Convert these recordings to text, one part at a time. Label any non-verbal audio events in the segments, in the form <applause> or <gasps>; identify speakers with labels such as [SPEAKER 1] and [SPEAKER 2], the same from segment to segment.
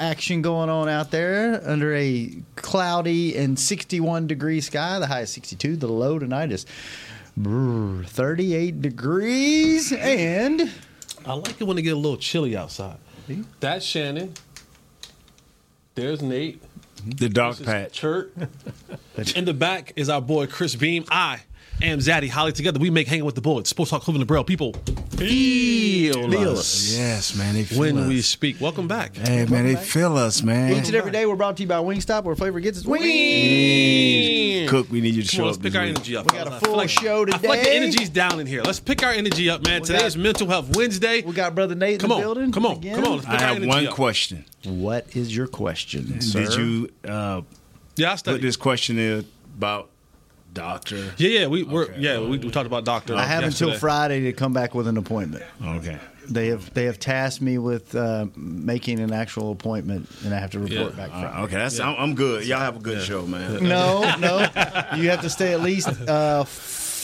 [SPEAKER 1] action going on out there under a cloudy and 61 degree sky. The high is 62. The low tonight is brr, 38 degrees. And
[SPEAKER 2] I like it when it get a little chilly outside. That's Shannon. There's Nate.
[SPEAKER 3] The dog
[SPEAKER 2] This is
[SPEAKER 3] patch. <laughs>
[SPEAKER 2] Chert. In the back is our boy Chris Beam. I am Zaddy Holly. Together we make hanging with the bullets. Sports Talk Cleveland and Braille. People feel,
[SPEAKER 1] Feel
[SPEAKER 2] us
[SPEAKER 3] Yes, man. They feel
[SPEAKER 2] when
[SPEAKER 3] us.
[SPEAKER 2] we speak. Welcome back.
[SPEAKER 3] Hey, man, they feel us, man.
[SPEAKER 1] each and every day, we're brought to you by Wingstop, where flavor gets its
[SPEAKER 2] Wings.
[SPEAKER 3] Cook, we need you to
[SPEAKER 2] Come
[SPEAKER 3] show
[SPEAKER 2] on,
[SPEAKER 3] up.
[SPEAKER 2] let's pick
[SPEAKER 3] this
[SPEAKER 2] our
[SPEAKER 3] week.
[SPEAKER 2] energy up.
[SPEAKER 1] We got a
[SPEAKER 2] I feel
[SPEAKER 1] full show
[SPEAKER 2] I feel like the
[SPEAKER 1] today.
[SPEAKER 2] energy's down in here. Let's pick our energy up, man. Today
[SPEAKER 1] got-
[SPEAKER 2] is Mental Health Wednesday.
[SPEAKER 1] We got Brother Nate in
[SPEAKER 2] Come
[SPEAKER 1] the
[SPEAKER 2] on,
[SPEAKER 1] building.
[SPEAKER 2] come on,
[SPEAKER 1] again.
[SPEAKER 2] come on. Let's pick
[SPEAKER 3] I
[SPEAKER 2] our
[SPEAKER 3] have
[SPEAKER 2] energy
[SPEAKER 3] one
[SPEAKER 2] up.
[SPEAKER 3] question.
[SPEAKER 1] What is your question, sir?
[SPEAKER 3] Did you uh,
[SPEAKER 2] Yeah, I
[SPEAKER 3] put
[SPEAKER 2] studied.
[SPEAKER 3] this question in about doctor?
[SPEAKER 2] yeah, yeah, we we're,
[SPEAKER 3] Okay.
[SPEAKER 2] yeah we, we talked about doctor.
[SPEAKER 1] I have until
[SPEAKER 2] yesterday.
[SPEAKER 1] Friday to come back with an appointment.
[SPEAKER 3] Okay.
[SPEAKER 1] They have they have tasked me with uh, making an actual appointment, and I have to report
[SPEAKER 2] Yeah.
[SPEAKER 1] back Friday.
[SPEAKER 3] Uh, okay, that's I'm, I'm good. Y'all have a good show, man.
[SPEAKER 1] No, no. You have to stay at least uh,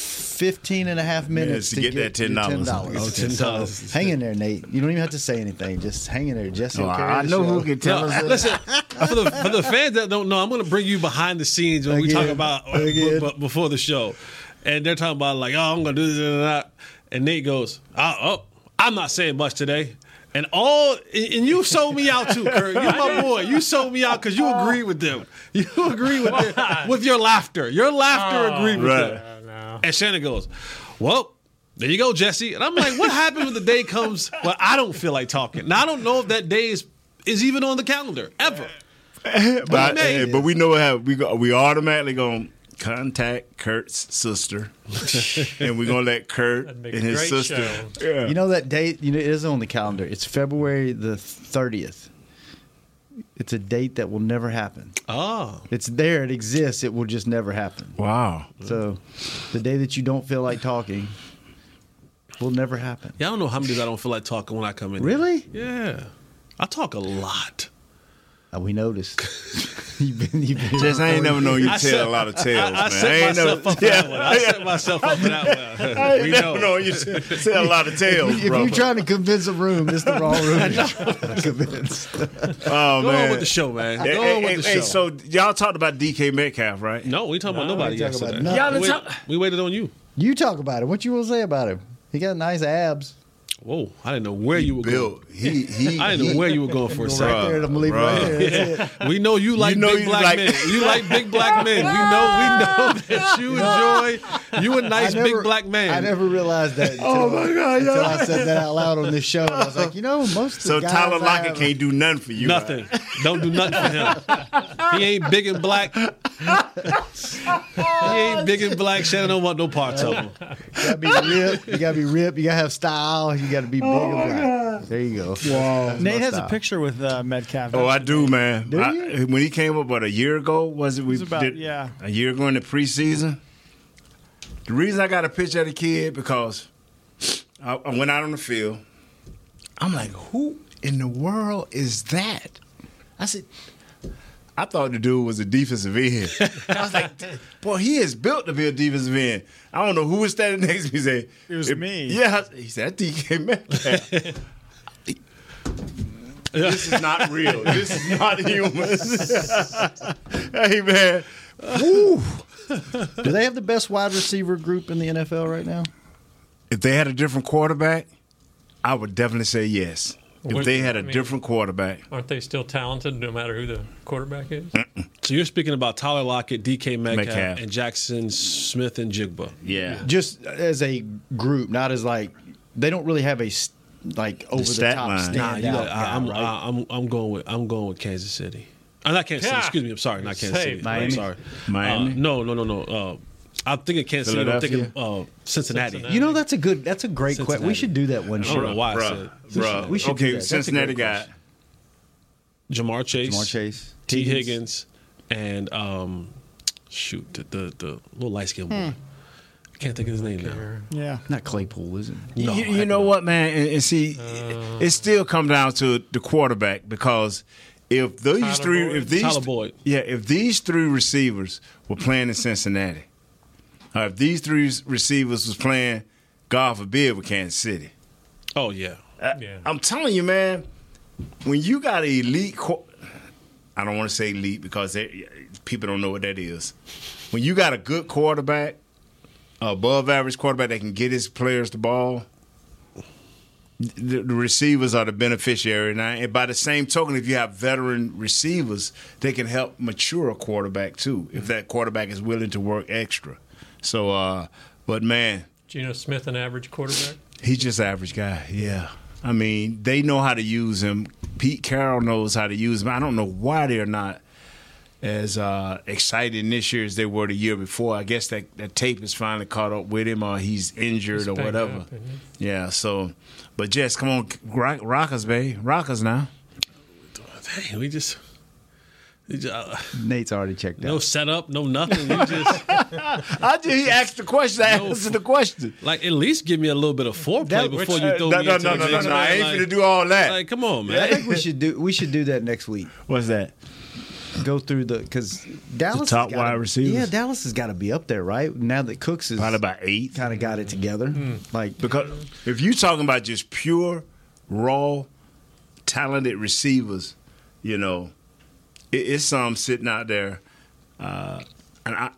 [SPEAKER 1] 15 and a half minutes
[SPEAKER 3] to
[SPEAKER 1] to,
[SPEAKER 3] get that
[SPEAKER 1] your
[SPEAKER 3] $10.
[SPEAKER 1] $10.
[SPEAKER 2] Okay. $10.
[SPEAKER 1] So hang in there, Nate. You don't even have to say anything. Just hang in there. Jesse will
[SPEAKER 3] Well,
[SPEAKER 1] carry
[SPEAKER 3] I
[SPEAKER 1] the
[SPEAKER 3] know
[SPEAKER 1] show.
[SPEAKER 3] who can tell
[SPEAKER 2] No,
[SPEAKER 3] us. that.
[SPEAKER 2] <laughs> listen, for the, for the fans that don't know, I'm going to bring you behind the scenes when we talk
[SPEAKER 1] Again.
[SPEAKER 2] about uh,
[SPEAKER 1] Again.
[SPEAKER 2] b- b- before the show, and they're talking about like, oh, I'm going to do this and that, and Nate goes, oh, oh, I'm not saying much today. And all and and you sold me out too, Kurt. You're my boy. You sold me out because you agree with them. You agree with them, with your laughter. Your laughter agreed with
[SPEAKER 3] Right.
[SPEAKER 2] them. And Shannon goes, Well, there you go, Jesse. And I'm like, What happens when the day comes when I don't feel like talking? Now, I don't know if that day is, is even on the calendar ever.
[SPEAKER 3] but,
[SPEAKER 2] we made
[SPEAKER 3] hey, but we know how we go, we automatically going to contact Kurt's
[SPEAKER 2] <laughs>
[SPEAKER 3] sister, and we're gonna let Kurt and
[SPEAKER 4] make a
[SPEAKER 3] his
[SPEAKER 4] great
[SPEAKER 3] sister. Yeah.
[SPEAKER 1] You know that date? You know, it is on the calendar. It's February the 30th. It's a date that will never happen.
[SPEAKER 2] Oh.
[SPEAKER 1] It's there. It exists. It will just never happen.
[SPEAKER 3] wow.
[SPEAKER 1] So the day that you don't feel like talking will never happen.
[SPEAKER 2] Yeah, I don't know how many days I don't feel like talking when I come in.
[SPEAKER 1] Really?
[SPEAKER 2] Yeah. I talk a lot.
[SPEAKER 1] Uh, we noticed. <laughs> you've been, you've been
[SPEAKER 3] Just I ain't never known you
[SPEAKER 2] I
[SPEAKER 3] tell
[SPEAKER 2] set-
[SPEAKER 3] a lot of tales,
[SPEAKER 2] I
[SPEAKER 3] man. I
[SPEAKER 2] set
[SPEAKER 3] ain't
[SPEAKER 2] myself
[SPEAKER 3] never,
[SPEAKER 2] up
[SPEAKER 3] <laughs>
[SPEAKER 2] for that one. I set myself up for that
[SPEAKER 3] I
[SPEAKER 2] one.
[SPEAKER 3] ain't
[SPEAKER 2] We
[SPEAKER 3] never
[SPEAKER 2] know.
[SPEAKER 3] known you tell a
[SPEAKER 2] <laughs>
[SPEAKER 3] lot of tales,
[SPEAKER 1] If
[SPEAKER 3] bro.
[SPEAKER 1] you're trying to convince a room, it's the wrong room. you're trying to convince.
[SPEAKER 3] oh
[SPEAKER 2] Go on
[SPEAKER 3] man.
[SPEAKER 2] with the show, man. Go
[SPEAKER 3] Hey,
[SPEAKER 2] on
[SPEAKER 3] hey,
[SPEAKER 2] with
[SPEAKER 3] hey,
[SPEAKER 2] the
[SPEAKER 3] hey,
[SPEAKER 2] show.
[SPEAKER 3] so y'all talked about DK Metcalf, right?
[SPEAKER 2] no, we talking about nobody
[SPEAKER 1] we talking about
[SPEAKER 2] yesterday.
[SPEAKER 1] nothing.
[SPEAKER 4] Y'all done
[SPEAKER 2] we,
[SPEAKER 4] talk-
[SPEAKER 2] we waited on you.
[SPEAKER 1] You talk about it. What you will say about him? He got nice abs.
[SPEAKER 2] Whoa, I didn't know where you were
[SPEAKER 3] Bill, he he.
[SPEAKER 2] going. <laughs> I didn't
[SPEAKER 3] he-
[SPEAKER 2] know where you were going for a second.
[SPEAKER 1] Right there, I'm leaving right
[SPEAKER 3] bruh.
[SPEAKER 1] there. That's it.
[SPEAKER 2] <laughs> We know you like
[SPEAKER 3] know
[SPEAKER 2] big
[SPEAKER 3] you
[SPEAKER 2] black
[SPEAKER 3] like-
[SPEAKER 2] men. You like big black men. We know.
[SPEAKER 3] <laughs>
[SPEAKER 2] We know that you enjoy. You a nice
[SPEAKER 1] I never-
[SPEAKER 2] big black man.
[SPEAKER 1] I never realized that. Until,
[SPEAKER 3] Oh my God!
[SPEAKER 1] until
[SPEAKER 3] y'all-
[SPEAKER 1] I said that out loud on this show. I was like, you know, most of
[SPEAKER 3] So
[SPEAKER 1] the guys
[SPEAKER 3] Tyler
[SPEAKER 1] I
[SPEAKER 3] Lockett
[SPEAKER 1] have-
[SPEAKER 3] can't do nothing for you.
[SPEAKER 2] nothing. Don't do nothing for him. He ain't big and black. He ain't big and black. Shannon don't want no parts of him.
[SPEAKER 1] You gotta be
[SPEAKER 3] <laughs>
[SPEAKER 1] ripped. You gotta be ripped. You gotta have style. You gotta be big and black. There you go. Wow.
[SPEAKER 4] Nate has a picture with uh, Metcalf.
[SPEAKER 3] Oh, I do, man.
[SPEAKER 1] Do
[SPEAKER 3] I-
[SPEAKER 1] you?
[SPEAKER 3] when he came up about a year ago, was it? We
[SPEAKER 4] It was about-
[SPEAKER 3] did-
[SPEAKER 4] yeah.
[SPEAKER 3] a year ago in the preseason. The reason I got a picture of the kid because I, I went out on the field. I'm like, who in the world is that? I said, I thought the dude was a defensive end. <laughs> I was like, boy, he is built to be a defensive end. I don't know who was standing next to me. He said,
[SPEAKER 4] It was me.
[SPEAKER 3] Yeah, I- he said, DK
[SPEAKER 4] <laughs>
[SPEAKER 3] Metcalf. This is not real. This is not human. <laughs> hey man,
[SPEAKER 1] Do they have the best wide receiver group in the NFL right now?
[SPEAKER 3] if they had a different quarterback, I would definitely say yes. If
[SPEAKER 4] What-
[SPEAKER 3] they had a
[SPEAKER 4] I mean-
[SPEAKER 3] different quarterback,
[SPEAKER 4] Aren't they still talented no matter who the quarterback is?
[SPEAKER 3] Hmm?
[SPEAKER 2] So you're speaking about Tyler Lockett, DK Metcalf,
[SPEAKER 3] Metcalf.
[SPEAKER 2] and Jackson Smith and Jigba.
[SPEAKER 3] yeah,
[SPEAKER 1] Just as a group, not as like they don't really have a s- like over the,
[SPEAKER 3] stat
[SPEAKER 1] top
[SPEAKER 3] line.
[SPEAKER 1] stand
[SPEAKER 2] Nah, you
[SPEAKER 1] out
[SPEAKER 2] got,
[SPEAKER 1] guy,
[SPEAKER 2] I, I'm,
[SPEAKER 1] right?
[SPEAKER 2] I, am I'm going with I'm going with Kansas City. Uh, not Kansas City.
[SPEAKER 4] Yeah.
[SPEAKER 2] Excuse me. I'm sorry. Not Kansas
[SPEAKER 4] Say
[SPEAKER 2] City. I'm
[SPEAKER 1] Miami.
[SPEAKER 2] sorry.
[SPEAKER 3] Miami?
[SPEAKER 2] Uh, no, no, no, no. Uh, I'm thinking Kansas City. I'm thinking uh, Cincinnati.
[SPEAKER 4] Cincinnati.
[SPEAKER 1] you know, that's a good. That's a great question.
[SPEAKER 2] Cincinnati.
[SPEAKER 1] We should do that one.
[SPEAKER 2] I don't
[SPEAKER 1] Show.
[SPEAKER 2] know why I
[SPEAKER 3] bruh,
[SPEAKER 2] said
[SPEAKER 3] bruh.
[SPEAKER 1] We should do that.
[SPEAKER 3] okay,
[SPEAKER 1] That's a great
[SPEAKER 3] Cincinnati got
[SPEAKER 2] Jamar Chase,
[SPEAKER 1] Jamar Chase,
[SPEAKER 2] T Higgins, and um, shoot the the, the little light skinned
[SPEAKER 3] Hmm.
[SPEAKER 2] boy. Can't think of his name now.
[SPEAKER 4] Yeah.
[SPEAKER 1] Not Claypool, is it?
[SPEAKER 2] No,
[SPEAKER 3] you,
[SPEAKER 2] heck
[SPEAKER 3] you know
[SPEAKER 2] no.
[SPEAKER 3] what, man, and, and see,
[SPEAKER 2] Uh,
[SPEAKER 3] it still come down to the quarterback because if these
[SPEAKER 4] Tyler
[SPEAKER 3] three,
[SPEAKER 4] Boyd?
[SPEAKER 3] if these,
[SPEAKER 2] Tyler Boyd.
[SPEAKER 3] yeah, if these three receivers were playing in Cincinnati, or if these three receivers was playing, God forbid, with Kansas City,
[SPEAKER 2] Oh yeah,
[SPEAKER 4] Yeah.
[SPEAKER 3] Uh, I'm telling you, man, when you got an elite qu- I don't want to say elite because they, people don't know what that is. When you got a good quarterback, above average quarterback that can get his players the ball, the, the receivers are the beneficiary. And, I, and by the same token, if you have veteran receivers, they can help mature a quarterback too, if that quarterback is willing to work extra. So, uh, but man,
[SPEAKER 4] Geno Smith, an average quarterback.
[SPEAKER 3] He's just an average guy. Yeah. I mean, they know how to use him. Pete Carroll knows how to use him. I don't know why they're not as uh, excited this year as they were the year before. I guess that, that tape is finally caught up with him, or he's injured
[SPEAKER 4] He's
[SPEAKER 3] or
[SPEAKER 4] banged
[SPEAKER 3] whatever.
[SPEAKER 4] up, isn't
[SPEAKER 3] yeah. So, but Jess, come on, rock, rock us, babe. Rock us now.
[SPEAKER 2] Dang, we just. we just- uh,
[SPEAKER 1] Nate's already checked
[SPEAKER 2] no
[SPEAKER 1] out.
[SPEAKER 2] setup, no nothing. You just
[SPEAKER 3] I just, he asked the question. I
[SPEAKER 2] No.
[SPEAKER 3] answered the question.
[SPEAKER 2] like at least give me a little bit of foreplay
[SPEAKER 1] That-
[SPEAKER 2] before
[SPEAKER 1] which,
[SPEAKER 2] you throw
[SPEAKER 3] uh, no,
[SPEAKER 2] me
[SPEAKER 3] no,
[SPEAKER 2] into
[SPEAKER 3] no,
[SPEAKER 2] the
[SPEAKER 3] no, no,
[SPEAKER 2] next
[SPEAKER 3] no. I
[SPEAKER 2] round.
[SPEAKER 3] ain't finna
[SPEAKER 2] Like-
[SPEAKER 3] do all that.
[SPEAKER 2] Like, come on,
[SPEAKER 1] I
[SPEAKER 2] man.
[SPEAKER 1] think we should do we should do that next week.
[SPEAKER 3] What's that?
[SPEAKER 1] Go through the because Dallas
[SPEAKER 3] top
[SPEAKER 1] has gotta-
[SPEAKER 3] wide receivers.
[SPEAKER 1] Yeah, Dallas has got to be up there, right? Now that Cooks is
[SPEAKER 3] Probably
[SPEAKER 1] kind
[SPEAKER 3] about eight.
[SPEAKER 1] of got it together, like
[SPEAKER 3] Because if you're talking about just pure, raw, talented receivers, you know, it, it's some sitting out there. Uh, and I,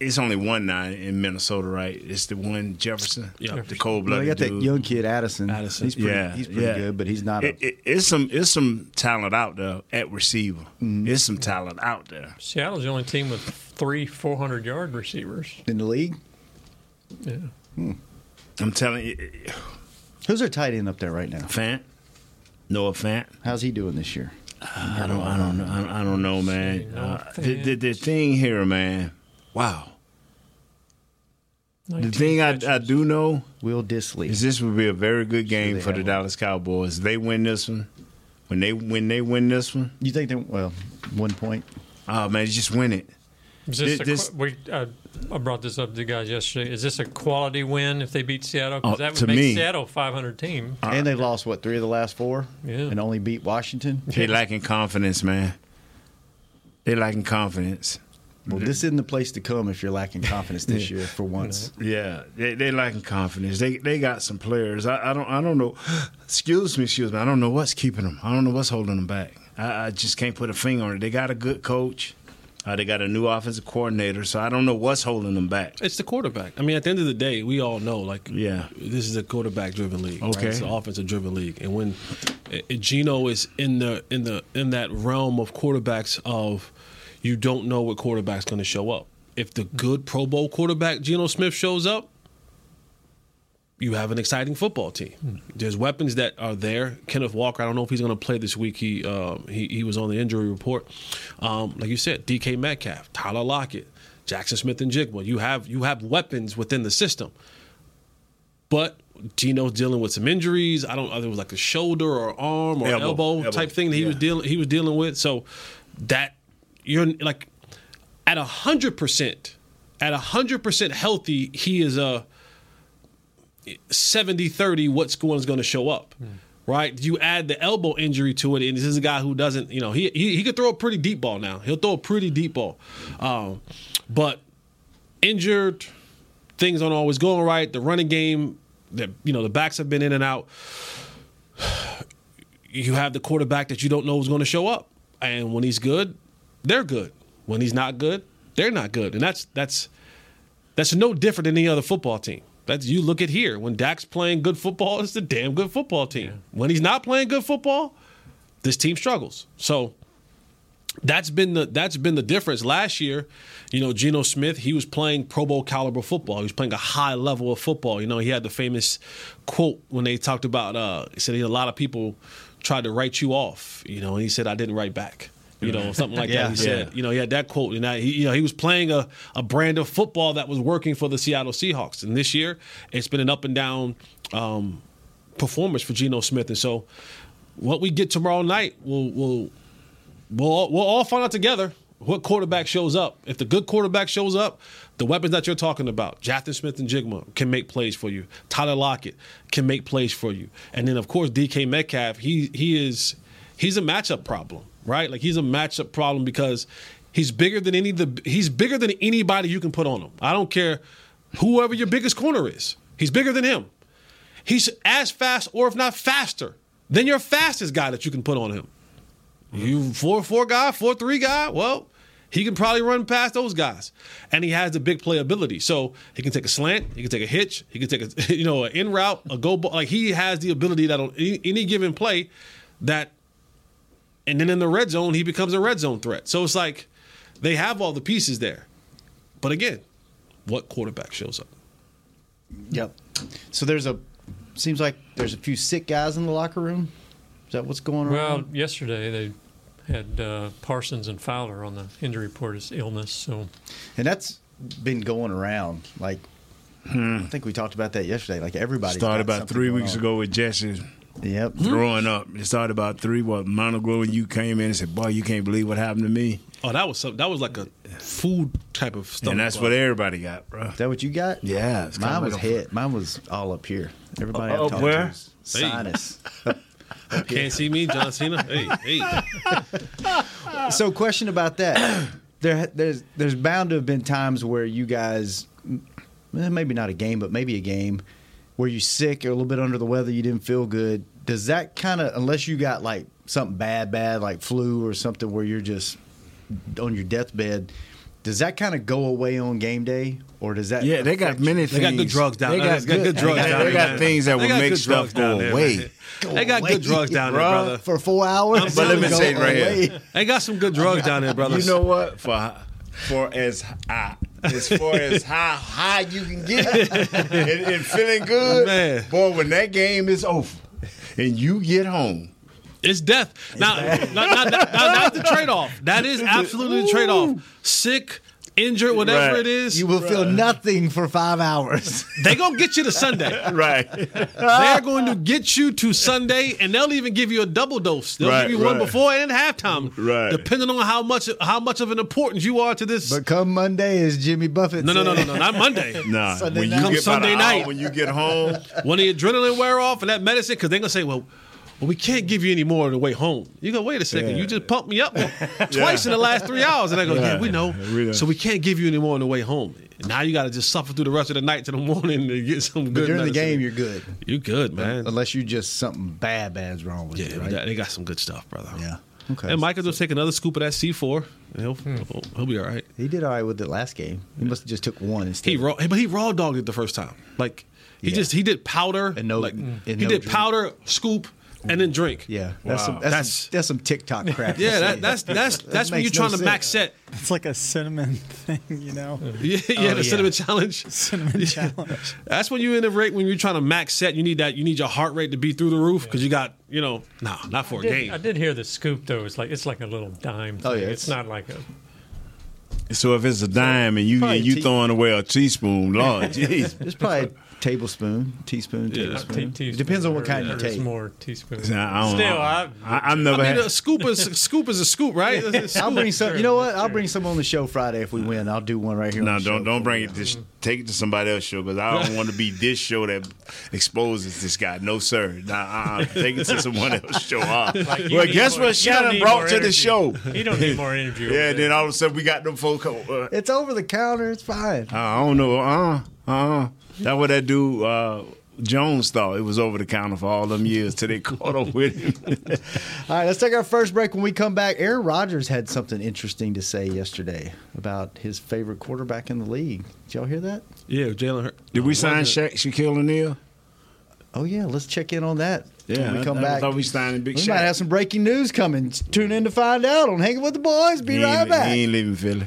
[SPEAKER 3] it's only one now in Minnesota, right? It's the one Jefferson,
[SPEAKER 2] Yeah.
[SPEAKER 3] the cold
[SPEAKER 1] Well, they
[SPEAKER 3] blooded
[SPEAKER 1] got that
[SPEAKER 3] dude.
[SPEAKER 1] young kid Addison.
[SPEAKER 2] Addison.
[SPEAKER 1] He's pretty,
[SPEAKER 3] Yeah,
[SPEAKER 1] he's pretty
[SPEAKER 3] yeah.
[SPEAKER 1] good, but he's not.
[SPEAKER 3] It-
[SPEAKER 1] A,
[SPEAKER 3] it- it's some it's some talent out there at receiver.
[SPEAKER 1] Mm-hmm.
[SPEAKER 3] It's some talent out there.
[SPEAKER 4] Seattle's the only team with three 400 yard receivers.
[SPEAKER 1] in the league,
[SPEAKER 4] Yeah.
[SPEAKER 3] I'm telling you,
[SPEAKER 1] who's their tight end up there right now?
[SPEAKER 3] Fant, Noah Fant.
[SPEAKER 1] How's he doing this year?
[SPEAKER 3] I don't, I don't know, I, I don't know, man.
[SPEAKER 4] no
[SPEAKER 3] Uh, the,
[SPEAKER 4] offense.
[SPEAKER 3] the, the thing here, man. Wow. The
[SPEAKER 4] 19
[SPEAKER 3] thing I, I do know
[SPEAKER 1] Will Disley.
[SPEAKER 3] is this would be a very good game
[SPEAKER 1] they
[SPEAKER 3] for the
[SPEAKER 1] have
[SPEAKER 3] Dallas Cowboys. They win this one. When they when they win this one,
[SPEAKER 1] you think they? Well, one point.
[SPEAKER 3] oh man, just win it.
[SPEAKER 4] Is this
[SPEAKER 3] Thi-
[SPEAKER 4] a,
[SPEAKER 3] this-
[SPEAKER 4] qu- we, uh, I brought this up to the guys yesterday. Is this a quality win if they beat Seattle?
[SPEAKER 3] Oh,
[SPEAKER 4] Because that would
[SPEAKER 3] to
[SPEAKER 4] make
[SPEAKER 3] me.
[SPEAKER 4] Seattle a 500 team.
[SPEAKER 3] Uh,
[SPEAKER 1] and they lost what three of the last four,
[SPEAKER 4] Yeah.
[SPEAKER 1] and only beat Washington.
[SPEAKER 3] They lacking confidence, man. They lacking confidence.
[SPEAKER 1] Well, this isn't the place to come if you're lacking confidence this year. For once,
[SPEAKER 3] Yeah, they they lacking confidence. They they got some players. I, I don't I don't know. <gasps> excuse me, excuse me. I don't know what's keeping them. I don't know what's holding them back. I, I just can't put a finger on it. They got a good coach. Uh, they got a new offensive coordinator. So I don't know what's holding them back.
[SPEAKER 2] It's the quarterback. I mean, at the end of the day, we all know, like,
[SPEAKER 3] Yeah.
[SPEAKER 2] this is a quarterback-driven league. right?
[SPEAKER 3] Okay.
[SPEAKER 2] it's an offensive-driven league, and when i- i- Gino is in the in the in that realm of quarterbacks, of you don't know what quarterback's going to show up. If the good Pro Bowl quarterback Geno Smith shows up, you have an exciting football team. There's weapons that are there. Kenneth Walker, I don't know if he's going to play this week. He um, he he was on the injury report. Um, like you said, DK Metcalf, Tyler Lockett, Jackson Smith and Jigma. You have you have weapons within the system. But Gino's dealing with some injuries. I don't know if it was like a shoulder or arm or
[SPEAKER 3] Elbow.
[SPEAKER 2] elbow,
[SPEAKER 3] Elbow.
[SPEAKER 2] type thing that he was
[SPEAKER 3] Yeah.
[SPEAKER 2] dealing he was dealing with. So that you're like at a hundred percent, at a hundred percent healthy, he is a 70 30 what's going is going to show up right you add the elbow injury to it and this is a guy who doesn't you know he he, he could throw a pretty deep ball now he'll throw a pretty deep ball um, but injured things aren't always going right the running game that you know the backs have been in and out <sighs> you have the quarterback that you don't know is going to show up and when he's good they're good when he's not good they're not good and that's that's that's no different than any other football team. That's you look at here. When Dak's playing good football, it's a damn good football team. When he's not playing good football, this team struggles. So that's been the that's been the difference. Last year, you know, Geno Smith, he was playing Pro Bowl caliber football. He was playing a high level of football. You know, he had the famous quote when they talked about uh he said a lot of people tried to write you off, you know, and he said I didn't write back. You know, something like
[SPEAKER 1] Yeah.
[SPEAKER 2] that. He said,
[SPEAKER 3] Yeah.
[SPEAKER 2] you know, he had that quote, and I, he, you know, he was playing a, a brand of football that was working for the Seattle Seahawks. And this year, it's been an up and down um, performance for Geno Smith. And so, what we get tomorrow night, will will we'll all, we'll all find out together what quarterback shows up. If the good quarterback shows up, the weapons that you're talking about, Jathan Smith and Jigma can make plays for you. Tyler Lockett can make plays for you. And then of course DK Metcalf, he he is he's a matchup problem, right? Like he's a matchup problem because he's bigger than any of the he's bigger than anybody you can put on him. I don't care whoever your biggest corner is. He's bigger than him. He's as fast or if not faster than your fastest guy that you can put on him. You four four guy, four three guy. Well, he can probably run past those guys, and he has the big playability. So he can take a slant, he can take a hitch, he can take a <laughs> you know an in route, a go ball. Like he has the ability that on any, any given play, that, and then in the red zone he becomes a red zone threat. So it's like they have all the pieces there, but again, what quarterback shows up?
[SPEAKER 1] Yep. So there's a seems like there's a few sick guys in the locker room. Is that what's going on?
[SPEAKER 4] Well, yesterday they had uh, Parsons and Fowler on the injury report as illness. So
[SPEAKER 1] and that's been going around. Like I think we talked about that yesterday. Like everybody
[SPEAKER 3] Hmm. Started about three weeks ago Hmm? with Jesse
[SPEAKER 1] Yep.
[SPEAKER 3] throwing up. It started about three. What Monoglow and you came in and said, "Boy, you can't believe what happened to me."
[SPEAKER 2] Oh, that was some, that was like a food type of stuff.
[SPEAKER 3] and that's what everybody got, bro.
[SPEAKER 1] Is that what you got?
[SPEAKER 3] Yeah, it's
[SPEAKER 1] Mine
[SPEAKER 3] kinda
[SPEAKER 1] was
[SPEAKER 3] like a-
[SPEAKER 1] head. Mine was all up here. Everybody
[SPEAKER 3] Uh,
[SPEAKER 1] I've talked
[SPEAKER 3] where?
[SPEAKER 1] to is sinus.
[SPEAKER 2] can't see me, John Cena. Hey, hey,
[SPEAKER 1] so question about
[SPEAKER 2] <coughs>
[SPEAKER 1] that there there's there's bound to have been times where you guys m- eh, maybe not a game but maybe a game where you sick or a little bit under the weather you didn't feel good does that kind of unless you got like something bad bad like flu or something where you're just on your deathbed does that kind of go away on game day or does that <laughs>
[SPEAKER 3] Yeah, they got many
[SPEAKER 2] they
[SPEAKER 3] things.
[SPEAKER 2] got good drugs down
[SPEAKER 3] They
[SPEAKER 2] there.
[SPEAKER 3] got good,
[SPEAKER 2] drugs
[SPEAKER 3] they got,
[SPEAKER 2] down
[SPEAKER 3] they
[SPEAKER 2] there.
[SPEAKER 3] got
[SPEAKER 2] man.
[SPEAKER 3] things that
[SPEAKER 2] They
[SPEAKER 3] would
[SPEAKER 2] got
[SPEAKER 3] make
[SPEAKER 2] good
[SPEAKER 3] stuff
[SPEAKER 2] drugs
[SPEAKER 3] go
[SPEAKER 2] down there, man.
[SPEAKER 3] away.
[SPEAKER 2] They got good drugs down there,
[SPEAKER 3] Bruh.
[SPEAKER 2] brother.
[SPEAKER 1] for four hours
[SPEAKER 2] But let me
[SPEAKER 1] Go
[SPEAKER 3] say it right here.
[SPEAKER 1] away.
[SPEAKER 2] They got some good drugs down there, brother.
[SPEAKER 3] You know what? For for as high, as far as how high you can get and,
[SPEAKER 2] <laughs>
[SPEAKER 3] and feeling good,
[SPEAKER 2] Man.
[SPEAKER 3] boy, when that game is over and you get home,
[SPEAKER 2] it's death. Now, now, now, now- now that's the trade off. That is absolutely the trade off. Sick, injured, whatever
[SPEAKER 3] Right.
[SPEAKER 2] it is,
[SPEAKER 1] you will feel nothing for five
[SPEAKER 2] <laughs>
[SPEAKER 1] hours
[SPEAKER 2] they gonna get you to Sunday.
[SPEAKER 3] <laughs> right?
[SPEAKER 2] They're going to get you to Sunday, and they'll even give you a double dose. They'll
[SPEAKER 3] Right,
[SPEAKER 2] give you one
[SPEAKER 3] right.
[SPEAKER 2] before and halftime,
[SPEAKER 3] Right.
[SPEAKER 2] Depending on how much how much of an importance you are to this.
[SPEAKER 1] but come monday is jimmy buffett
[SPEAKER 2] no, no, no,
[SPEAKER 1] said.
[SPEAKER 2] no,
[SPEAKER 1] <laughs>
[SPEAKER 2] no, not Monday.
[SPEAKER 3] Nah,
[SPEAKER 1] Sunday
[SPEAKER 3] when you
[SPEAKER 1] night.
[SPEAKER 3] get
[SPEAKER 1] Come
[SPEAKER 3] about an
[SPEAKER 2] Sunday
[SPEAKER 3] hour
[SPEAKER 2] night.
[SPEAKER 3] when you get home,
[SPEAKER 2] when the adrenaline wear off and that medicine, because they're gonna say, well, well, we can't give you any more on the way home. You go, wait a second,
[SPEAKER 3] Yeah.
[SPEAKER 2] you just pumped
[SPEAKER 3] <laughs>
[SPEAKER 2] me up twice in the last three hours, and I go, yeah,
[SPEAKER 3] Yeah.
[SPEAKER 2] we know.
[SPEAKER 3] We know.
[SPEAKER 2] So we can't give you any more on the way home. Now you got to just suffer through the rest of the night to the morning to get some good.
[SPEAKER 1] during the
[SPEAKER 2] medicine.
[SPEAKER 1] game you're good
[SPEAKER 2] you good, man.
[SPEAKER 1] unless you just something bad bad's wrong with
[SPEAKER 2] yeah,
[SPEAKER 1] you right
[SPEAKER 2] they got some good stuff, brother.
[SPEAKER 1] yeah okay
[SPEAKER 2] And Michael just take another scoop of that C four, and he'll,
[SPEAKER 3] Hmm.
[SPEAKER 2] he'll he'll be all right.
[SPEAKER 1] he did all right with it last game he must have just took one instead
[SPEAKER 2] He raw, but he raw dogged it the first time. Like he
[SPEAKER 1] Yeah.
[SPEAKER 2] just he did powder
[SPEAKER 1] And no-
[SPEAKER 2] like
[SPEAKER 1] and
[SPEAKER 2] he
[SPEAKER 1] no
[SPEAKER 2] did
[SPEAKER 1] drink.
[SPEAKER 2] powder scoop and then drink.
[SPEAKER 1] yeah that's some
[SPEAKER 3] Wow.
[SPEAKER 1] that's,
[SPEAKER 2] That's-
[SPEAKER 1] some, that's some <laughs> tiktok crap to
[SPEAKER 2] Yeah,
[SPEAKER 1] see.
[SPEAKER 2] that, that's that's that's when you're
[SPEAKER 1] makes
[SPEAKER 2] trying
[SPEAKER 1] no
[SPEAKER 2] to max
[SPEAKER 1] sense.
[SPEAKER 2] set. <laughs>
[SPEAKER 5] It's like a cinnamon <laughs> thing, you know?
[SPEAKER 2] Yeah, yeah, the
[SPEAKER 1] Oh, yeah. <laughs>
[SPEAKER 2] cinnamon challenge.
[SPEAKER 5] Cinnamon <laughs> challenge.
[SPEAKER 2] That's when you're in the rate when you're trying to max set. You need that. You need your heart rate to be through the roof because you got you know nah, not for a
[SPEAKER 4] I did,
[SPEAKER 2] game.
[SPEAKER 4] I did hear the scoop though. It's like it's like a little dime. Thing.
[SPEAKER 1] Oh, yeah,
[SPEAKER 4] it's,
[SPEAKER 1] it's-
[SPEAKER 4] not like
[SPEAKER 3] <laughs>
[SPEAKER 4] a.
[SPEAKER 3] so if it's a dime and you
[SPEAKER 1] Probably
[SPEAKER 3] and you
[SPEAKER 1] tea-
[SPEAKER 3] throwing away a teaspoon, Lord, <laughs>
[SPEAKER 1] <laughs>
[SPEAKER 3] jeez.
[SPEAKER 1] it's probably a tablespoon teaspoon
[SPEAKER 2] that's
[SPEAKER 1] tablespoon
[SPEAKER 4] Te- teaspoon,
[SPEAKER 1] it depends on what
[SPEAKER 4] or-
[SPEAKER 1] kind
[SPEAKER 4] or
[SPEAKER 1] you
[SPEAKER 4] it's
[SPEAKER 1] take
[SPEAKER 4] More teaspoons.
[SPEAKER 3] Nah, I don't,
[SPEAKER 4] Still,
[SPEAKER 3] I,
[SPEAKER 4] I,
[SPEAKER 3] I, have never
[SPEAKER 2] I mean, a
[SPEAKER 3] had.
[SPEAKER 2] scoop is a scoop is a scoop, right? It's a
[SPEAKER 1] I'll
[SPEAKER 2] scoop.
[SPEAKER 1] bring some. You know what? I'll
[SPEAKER 4] Sure.
[SPEAKER 1] bring some on the show Friday if we win. I'll do one right here.
[SPEAKER 3] No,
[SPEAKER 1] on the
[SPEAKER 3] don't
[SPEAKER 1] show.
[SPEAKER 3] don't bring it. Just take it to somebody else's show because I
[SPEAKER 4] <laughs>
[SPEAKER 3] don't want to be this show that exposes this guy. No, sir. Nah, uh, take it to someone else's show. Uh,
[SPEAKER 4] you
[SPEAKER 3] well,
[SPEAKER 4] need
[SPEAKER 3] guess
[SPEAKER 4] more- you
[SPEAKER 3] what Shannon
[SPEAKER 4] need
[SPEAKER 3] brought
[SPEAKER 4] more
[SPEAKER 3] to the
[SPEAKER 4] energy.
[SPEAKER 3] show.
[SPEAKER 4] <laughs> you don't
[SPEAKER 3] <laughs>
[SPEAKER 4] need more energy. over
[SPEAKER 3] Yeah, and
[SPEAKER 4] there.
[SPEAKER 3] then all of a sudden we got them folk. Uh,
[SPEAKER 1] It's over the counter. It's fine.
[SPEAKER 3] I don't know. Uh, uh, that what that dude uh, Jones thought. It was over the counter for all them years till they <laughs> caught up with him. <laughs>
[SPEAKER 1] All right, let's take our first break. When we come back, Aaron Rodgers had something interesting to say yesterday about his favorite quarterback in the league. Did y'all hear that?
[SPEAKER 2] <laughs> yeah, Jalen Hurt.
[SPEAKER 3] Did we sign Sha- Shaquille O'Neal?
[SPEAKER 1] Oh yeah, let's check in on that when we come
[SPEAKER 3] I, I
[SPEAKER 1] back.
[SPEAKER 3] thought we
[SPEAKER 1] we
[SPEAKER 3] signed Big
[SPEAKER 1] might
[SPEAKER 3] Shaq.
[SPEAKER 1] have some breaking news coming. Tune in to find out on Hanging with the Boys. Be
[SPEAKER 3] he,
[SPEAKER 1] right
[SPEAKER 3] ain't,
[SPEAKER 1] back.
[SPEAKER 3] he ain't leaving Philly.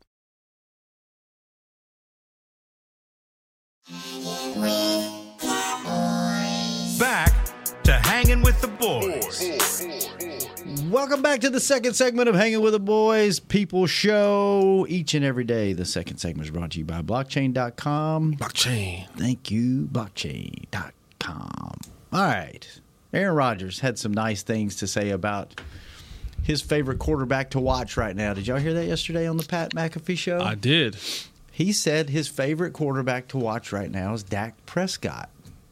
[SPEAKER 6] Back to hanging with the boys.
[SPEAKER 1] Welcome back to the second segment of Hanging with the Boys People Show. Each and every day, the second segment is brought to you by blockchain.com.
[SPEAKER 2] Blockchain.
[SPEAKER 1] Thank you, blockchain.com. All right. Aaron Rodgers had some nice things to say about his favorite quarterback to watch right now. Did y'all hear that yesterday on the Pat McAfee show?
[SPEAKER 2] I did.
[SPEAKER 1] He said his favorite quarterback to watch right now is Dak Prescott.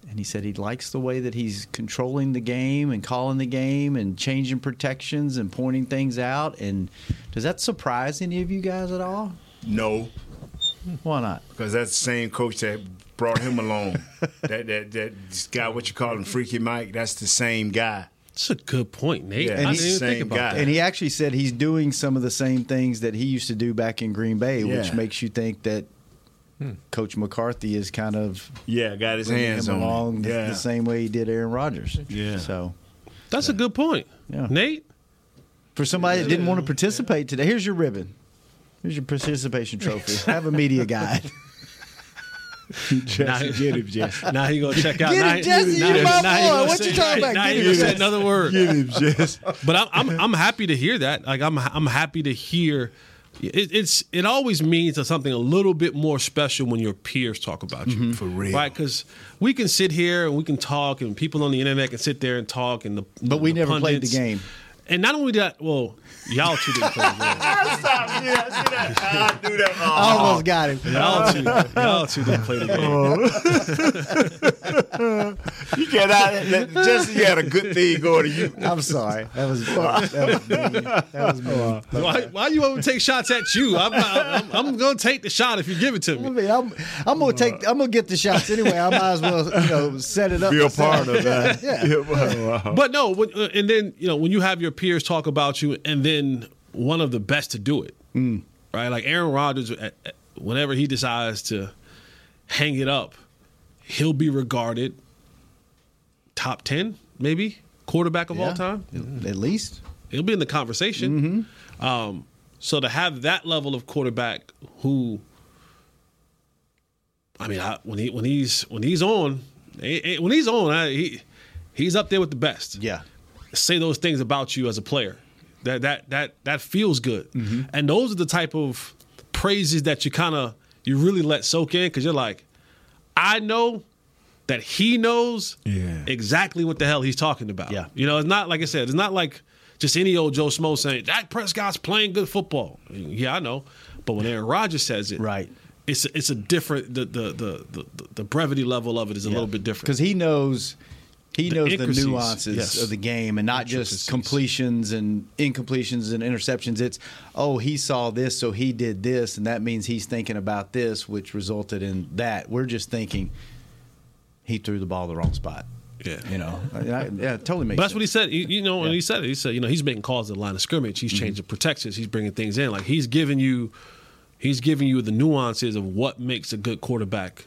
[SPEAKER 1] And he said he likes the way that he's controlling the game and calling the game and changing protections and pointing things out. And does that surprise any of you guys at all?
[SPEAKER 3] No,
[SPEAKER 1] Why not?
[SPEAKER 3] because that's the same coach that brought him <laughs> along. that that that this guy, what you call him, Freaky Mike. That's the same guy.
[SPEAKER 2] That's a good point, Nate.
[SPEAKER 3] Yeah,
[SPEAKER 2] I
[SPEAKER 1] he's
[SPEAKER 2] didn't even think
[SPEAKER 3] same
[SPEAKER 2] about
[SPEAKER 3] guy.
[SPEAKER 2] that.
[SPEAKER 1] And he actually said he's doing some of the same things that he used to do back in Green Bay, which
[SPEAKER 3] Yeah.
[SPEAKER 1] makes you think that Coach McCarthy is kind of
[SPEAKER 3] Yeah, got his
[SPEAKER 1] bringing
[SPEAKER 3] hands
[SPEAKER 1] him
[SPEAKER 3] on
[SPEAKER 1] along
[SPEAKER 3] it.
[SPEAKER 1] the-
[SPEAKER 3] Yeah.
[SPEAKER 1] the same way he did Aaron Rodgers.
[SPEAKER 3] Yeah.
[SPEAKER 1] So
[SPEAKER 2] That's a good point.
[SPEAKER 1] Yeah.
[SPEAKER 2] Nate,
[SPEAKER 1] for somebody that didn't want to participate today, here's your ribbon. Here's your participation trophy. Have a media guide.
[SPEAKER 2] Now-
[SPEAKER 3] get him, <laughs> Jess.
[SPEAKER 2] now he gonna check out.
[SPEAKER 1] Get him,
[SPEAKER 2] now he-
[SPEAKER 1] Jesse,
[SPEAKER 2] now
[SPEAKER 1] you
[SPEAKER 2] he-
[SPEAKER 1] my
[SPEAKER 2] now he
[SPEAKER 1] boy.
[SPEAKER 2] gonna
[SPEAKER 1] What
[SPEAKER 2] say-
[SPEAKER 1] you talking about?
[SPEAKER 2] Now
[SPEAKER 1] Get
[SPEAKER 2] he
[SPEAKER 1] him,
[SPEAKER 2] gonna say
[SPEAKER 1] Jesse.
[SPEAKER 2] another word.
[SPEAKER 3] Get him, <laughs> Jess.
[SPEAKER 2] But I'm, I'm I'm happy to hear that. Like I'm I'm happy to hear. It, it's it always means that something a little bit more special when your peers talk about you
[SPEAKER 1] Mm-hmm.
[SPEAKER 2] for
[SPEAKER 3] real.
[SPEAKER 2] right? Because we can sit here and we can talk, and people on the internet can sit there and talk, and the
[SPEAKER 1] But we
[SPEAKER 2] the
[SPEAKER 1] never played the
[SPEAKER 2] pundits.
[SPEAKER 1] game.
[SPEAKER 2] And not only that, well, y'all two didn't
[SPEAKER 1] <laughs>
[SPEAKER 2] play the game.
[SPEAKER 3] Stop. Yeah, see that? I do that.
[SPEAKER 1] I
[SPEAKER 3] Oh.
[SPEAKER 1] <laughs> almost got him.
[SPEAKER 2] Y'all two, y'all two didn't play the game.
[SPEAKER 3] You cannot. Let, Jesse, you had a good thing going to you.
[SPEAKER 1] I'm sorry. That was that was mean. That was mean.
[SPEAKER 2] Why, why you over take shots at you? I'm, I'm, I'm gonna take the shot if you give it to
[SPEAKER 1] I
[SPEAKER 2] me.
[SPEAKER 1] mean, I'm, I'm gonna take. I'm gonna get the shots anyway. I might as well, you know, set it up.
[SPEAKER 3] Be a
[SPEAKER 1] myself.
[SPEAKER 3] part of that. <laughs>
[SPEAKER 1] Yeah.
[SPEAKER 2] But no, when, uh, and then you know when you have your peers talk about you, and then one of the best to do it, right? Like Aaron Rodgers, uh, uh, whenever he decides to hang it up, he'll be regarded top ten, maybe quarterback of all
[SPEAKER 1] Yeah.
[SPEAKER 2] time.
[SPEAKER 1] At least.
[SPEAKER 2] He'll be in the conversation. Um, so to have that level of quarterback who, I mean, I, when he when he's when he's on, eh, eh, when he's on, I, he he's up there with the best
[SPEAKER 1] Yeah.
[SPEAKER 2] say those things about you as a player. That that that that feels good.
[SPEAKER 1] Mm-hmm.
[SPEAKER 2] And those are the type of praises that you kind of you really let soak in because you're like, I know that he knows
[SPEAKER 3] Yeah.
[SPEAKER 2] exactly what the hell he's talking about.
[SPEAKER 1] Yeah.
[SPEAKER 2] You know, it's not like I said, it's not like just any old Joe Smo saying Dak Prescott's playing good football. Yeah, I know, but when Aaron Rodgers says it,
[SPEAKER 1] Right.
[SPEAKER 2] It's a, it's a different the the, the the the brevity level of it is a little bit different
[SPEAKER 1] because he knows he
[SPEAKER 2] The
[SPEAKER 1] knows the
[SPEAKER 2] intricacies,
[SPEAKER 1] nuances
[SPEAKER 2] yes.
[SPEAKER 1] of the game and not just
[SPEAKER 2] Intricacies.
[SPEAKER 1] completions and incompletions and interceptions. It's oh he saw this so he did this and that means he's thinking about this which resulted in that. We're just thinking he threw the ball the wrong spot.
[SPEAKER 2] Yeah,
[SPEAKER 1] you know, I- I- yeah, it totally
[SPEAKER 2] But
[SPEAKER 1] makes.
[SPEAKER 2] that's what he said. You, you know, and he said it. He said, you know, he's making calls at the line of scrimmage. He's changing protections. He's bringing things in. Like he's giving you, he's giving you the nuances of what makes a good quarterback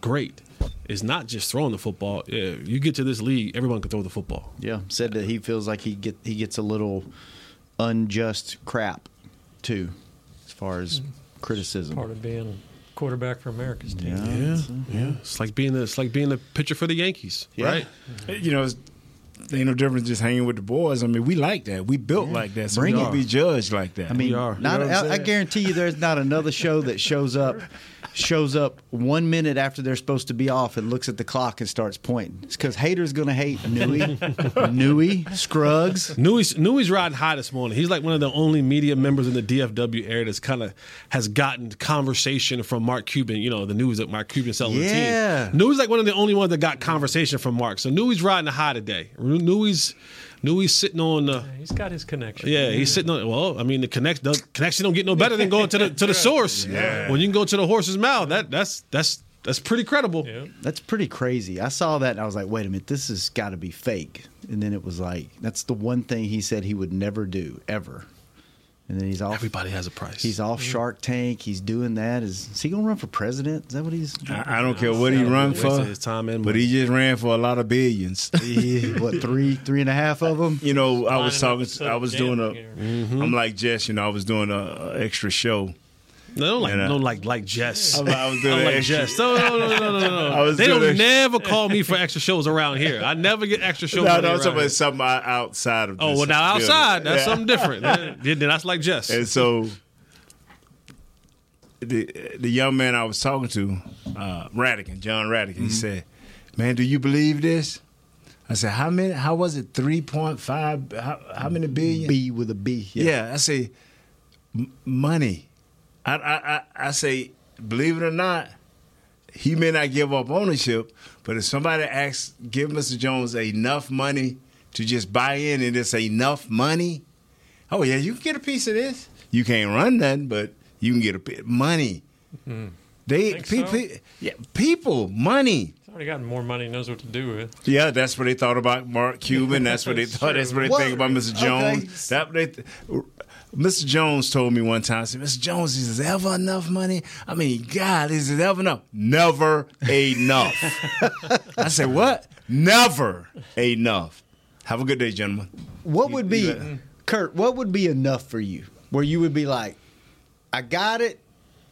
[SPEAKER 2] great. It's not just throwing the football. Yeah, you get to this league, everyone can throw the football.
[SPEAKER 1] Yeah, said that he feels like he get he gets a little unjust crap too, as far as criticism.
[SPEAKER 4] Mm. Part of being quarterback for America's team.
[SPEAKER 1] Yeah.
[SPEAKER 2] Yeah, yeah. It's like being the, it's like being the pitcher for the Yankees, right?
[SPEAKER 3] Mm-hmm. You know, it's, there ain't no difference just hanging with the boys. I mean, we like that. We built like that. So
[SPEAKER 1] Bring
[SPEAKER 3] we
[SPEAKER 1] it.
[SPEAKER 3] can be judged like that.
[SPEAKER 1] I mean,
[SPEAKER 3] we are.
[SPEAKER 1] not, I, I guarantee you, there's not another show that shows up shows up one minute after they're supposed to be off and looks at the clock and starts pointing. It's because haters gonna hate
[SPEAKER 3] <laughs>
[SPEAKER 1] Nui, Nui, Scruggs.
[SPEAKER 2] Nui's Nui's riding high this morning. He's like one of the only media members in the DFW area that's kind of has gotten conversation from Mark Cuban. You know the news that Mark Cuban selling
[SPEAKER 1] Yeah.
[SPEAKER 2] the team. Nui's like one of the only ones that got conversation from Mark. So Nui's riding high today. Nui's Nui's sitting on the.
[SPEAKER 4] He's got his connection.
[SPEAKER 2] Yeah, he's sitting on. Well, I mean, the connect the connection don't get no better than going to the
[SPEAKER 1] <laughs>
[SPEAKER 2] to the source.
[SPEAKER 1] Yeah.
[SPEAKER 2] When you can go to the horse's mouth, that that's that's that's pretty credible.
[SPEAKER 1] That's pretty crazy. I saw that and I was like, wait a minute, this has got to be fake. And then it was like, that's the one thing he said he would never do ever. And then he's off.
[SPEAKER 2] Everybody has a price.
[SPEAKER 1] He's off
[SPEAKER 3] Mm-hmm.
[SPEAKER 1] Shark Tank. He's doing that. Is, is he gonna run for president? Is that what he's?
[SPEAKER 3] I, I don't care what he run for,
[SPEAKER 2] his time and
[SPEAKER 3] but he just ran for a lot of
[SPEAKER 2] <laughs>
[SPEAKER 3] billions.
[SPEAKER 1] Yeah, what three, three and a half of them?
[SPEAKER 3] You know, I was
[SPEAKER 2] Lining up
[SPEAKER 3] talking.
[SPEAKER 2] to
[SPEAKER 3] I was
[SPEAKER 2] Southern
[SPEAKER 3] doing a.
[SPEAKER 2] Jam Mhm.
[SPEAKER 3] am like Jess. You know, I was doing a, a extra show.
[SPEAKER 2] No, like
[SPEAKER 3] And, uh,
[SPEAKER 2] no, like like Jess.
[SPEAKER 3] I was- I was doing
[SPEAKER 2] <laughs> I'm like
[SPEAKER 3] extra-
[SPEAKER 2] Jess. No, no, no, no, no, no.
[SPEAKER 3] <laughs> I was
[SPEAKER 2] they
[SPEAKER 3] doing
[SPEAKER 2] don't
[SPEAKER 3] extra-
[SPEAKER 2] never call me for extra shows around here. I never get extra shows.
[SPEAKER 3] No,
[SPEAKER 2] No,
[SPEAKER 3] no, I'm talking about something out- outside of.
[SPEAKER 2] Oh
[SPEAKER 3] this
[SPEAKER 2] well, now
[SPEAKER 3] building.
[SPEAKER 2] outside that's
[SPEAKER 3] Yeah. <laughs>
[SPEAKER 2] something different. Then- then that's like Jess.
[SPEAKER 3] And so the the young man I was talking to, uh, Radigan, John Radigan, he said, "Man, do you believe this?" I said, "How many? How was it? Three point five? How, how many billion?
[SPEAKER 1] B with a B.
[SPEAKER 3] Yeah, I say m- money. I, I I I say, believe it or not, he may not give up ownership, but if somebody asks, give Mr. Jones enough money to just buy in, and it's enough money. Oh yeah, you can get a piece of this. You can't run nothing, but you can get a bit money. They
[SPEAKER 4] Hmm. Think
[SPEAKER 3] pe-
[SPEAKER 4] so?
[SPEAKER 3] pe- yeah, people, money.
[SPEAKER 4] He's already gotten more money than he knows what to do with.
[SPEAKER 3] Yeah, that's what they thought about Mark Cuban. That's
[SPEAKER 1] <laughs>
[SPEAKER 3] what they
[SPEAKER 4] That's
[SPEAKER 3] thought.
[SPEAKER 4] true.
[SPEAKER 3] That's what they
[SPEAKER 4] What?
[SPEAKER 3] think about Mr.
[SPEAKER 4] Okay.
[SPEAKER 3] Jones. That they th- Mr. Jones told me one time, I said, Mr. Jones, is there ever enough money? I mean, God, is it ever enough? Never
[SPEAKER 1] <laughs>
[SPEAKER 3] enough. I said, what? Never enough. Have a good day, gentlemen.
[SPEAKER 1] What would be, Kurt? What would be enough for you? Where you would be like, I got it.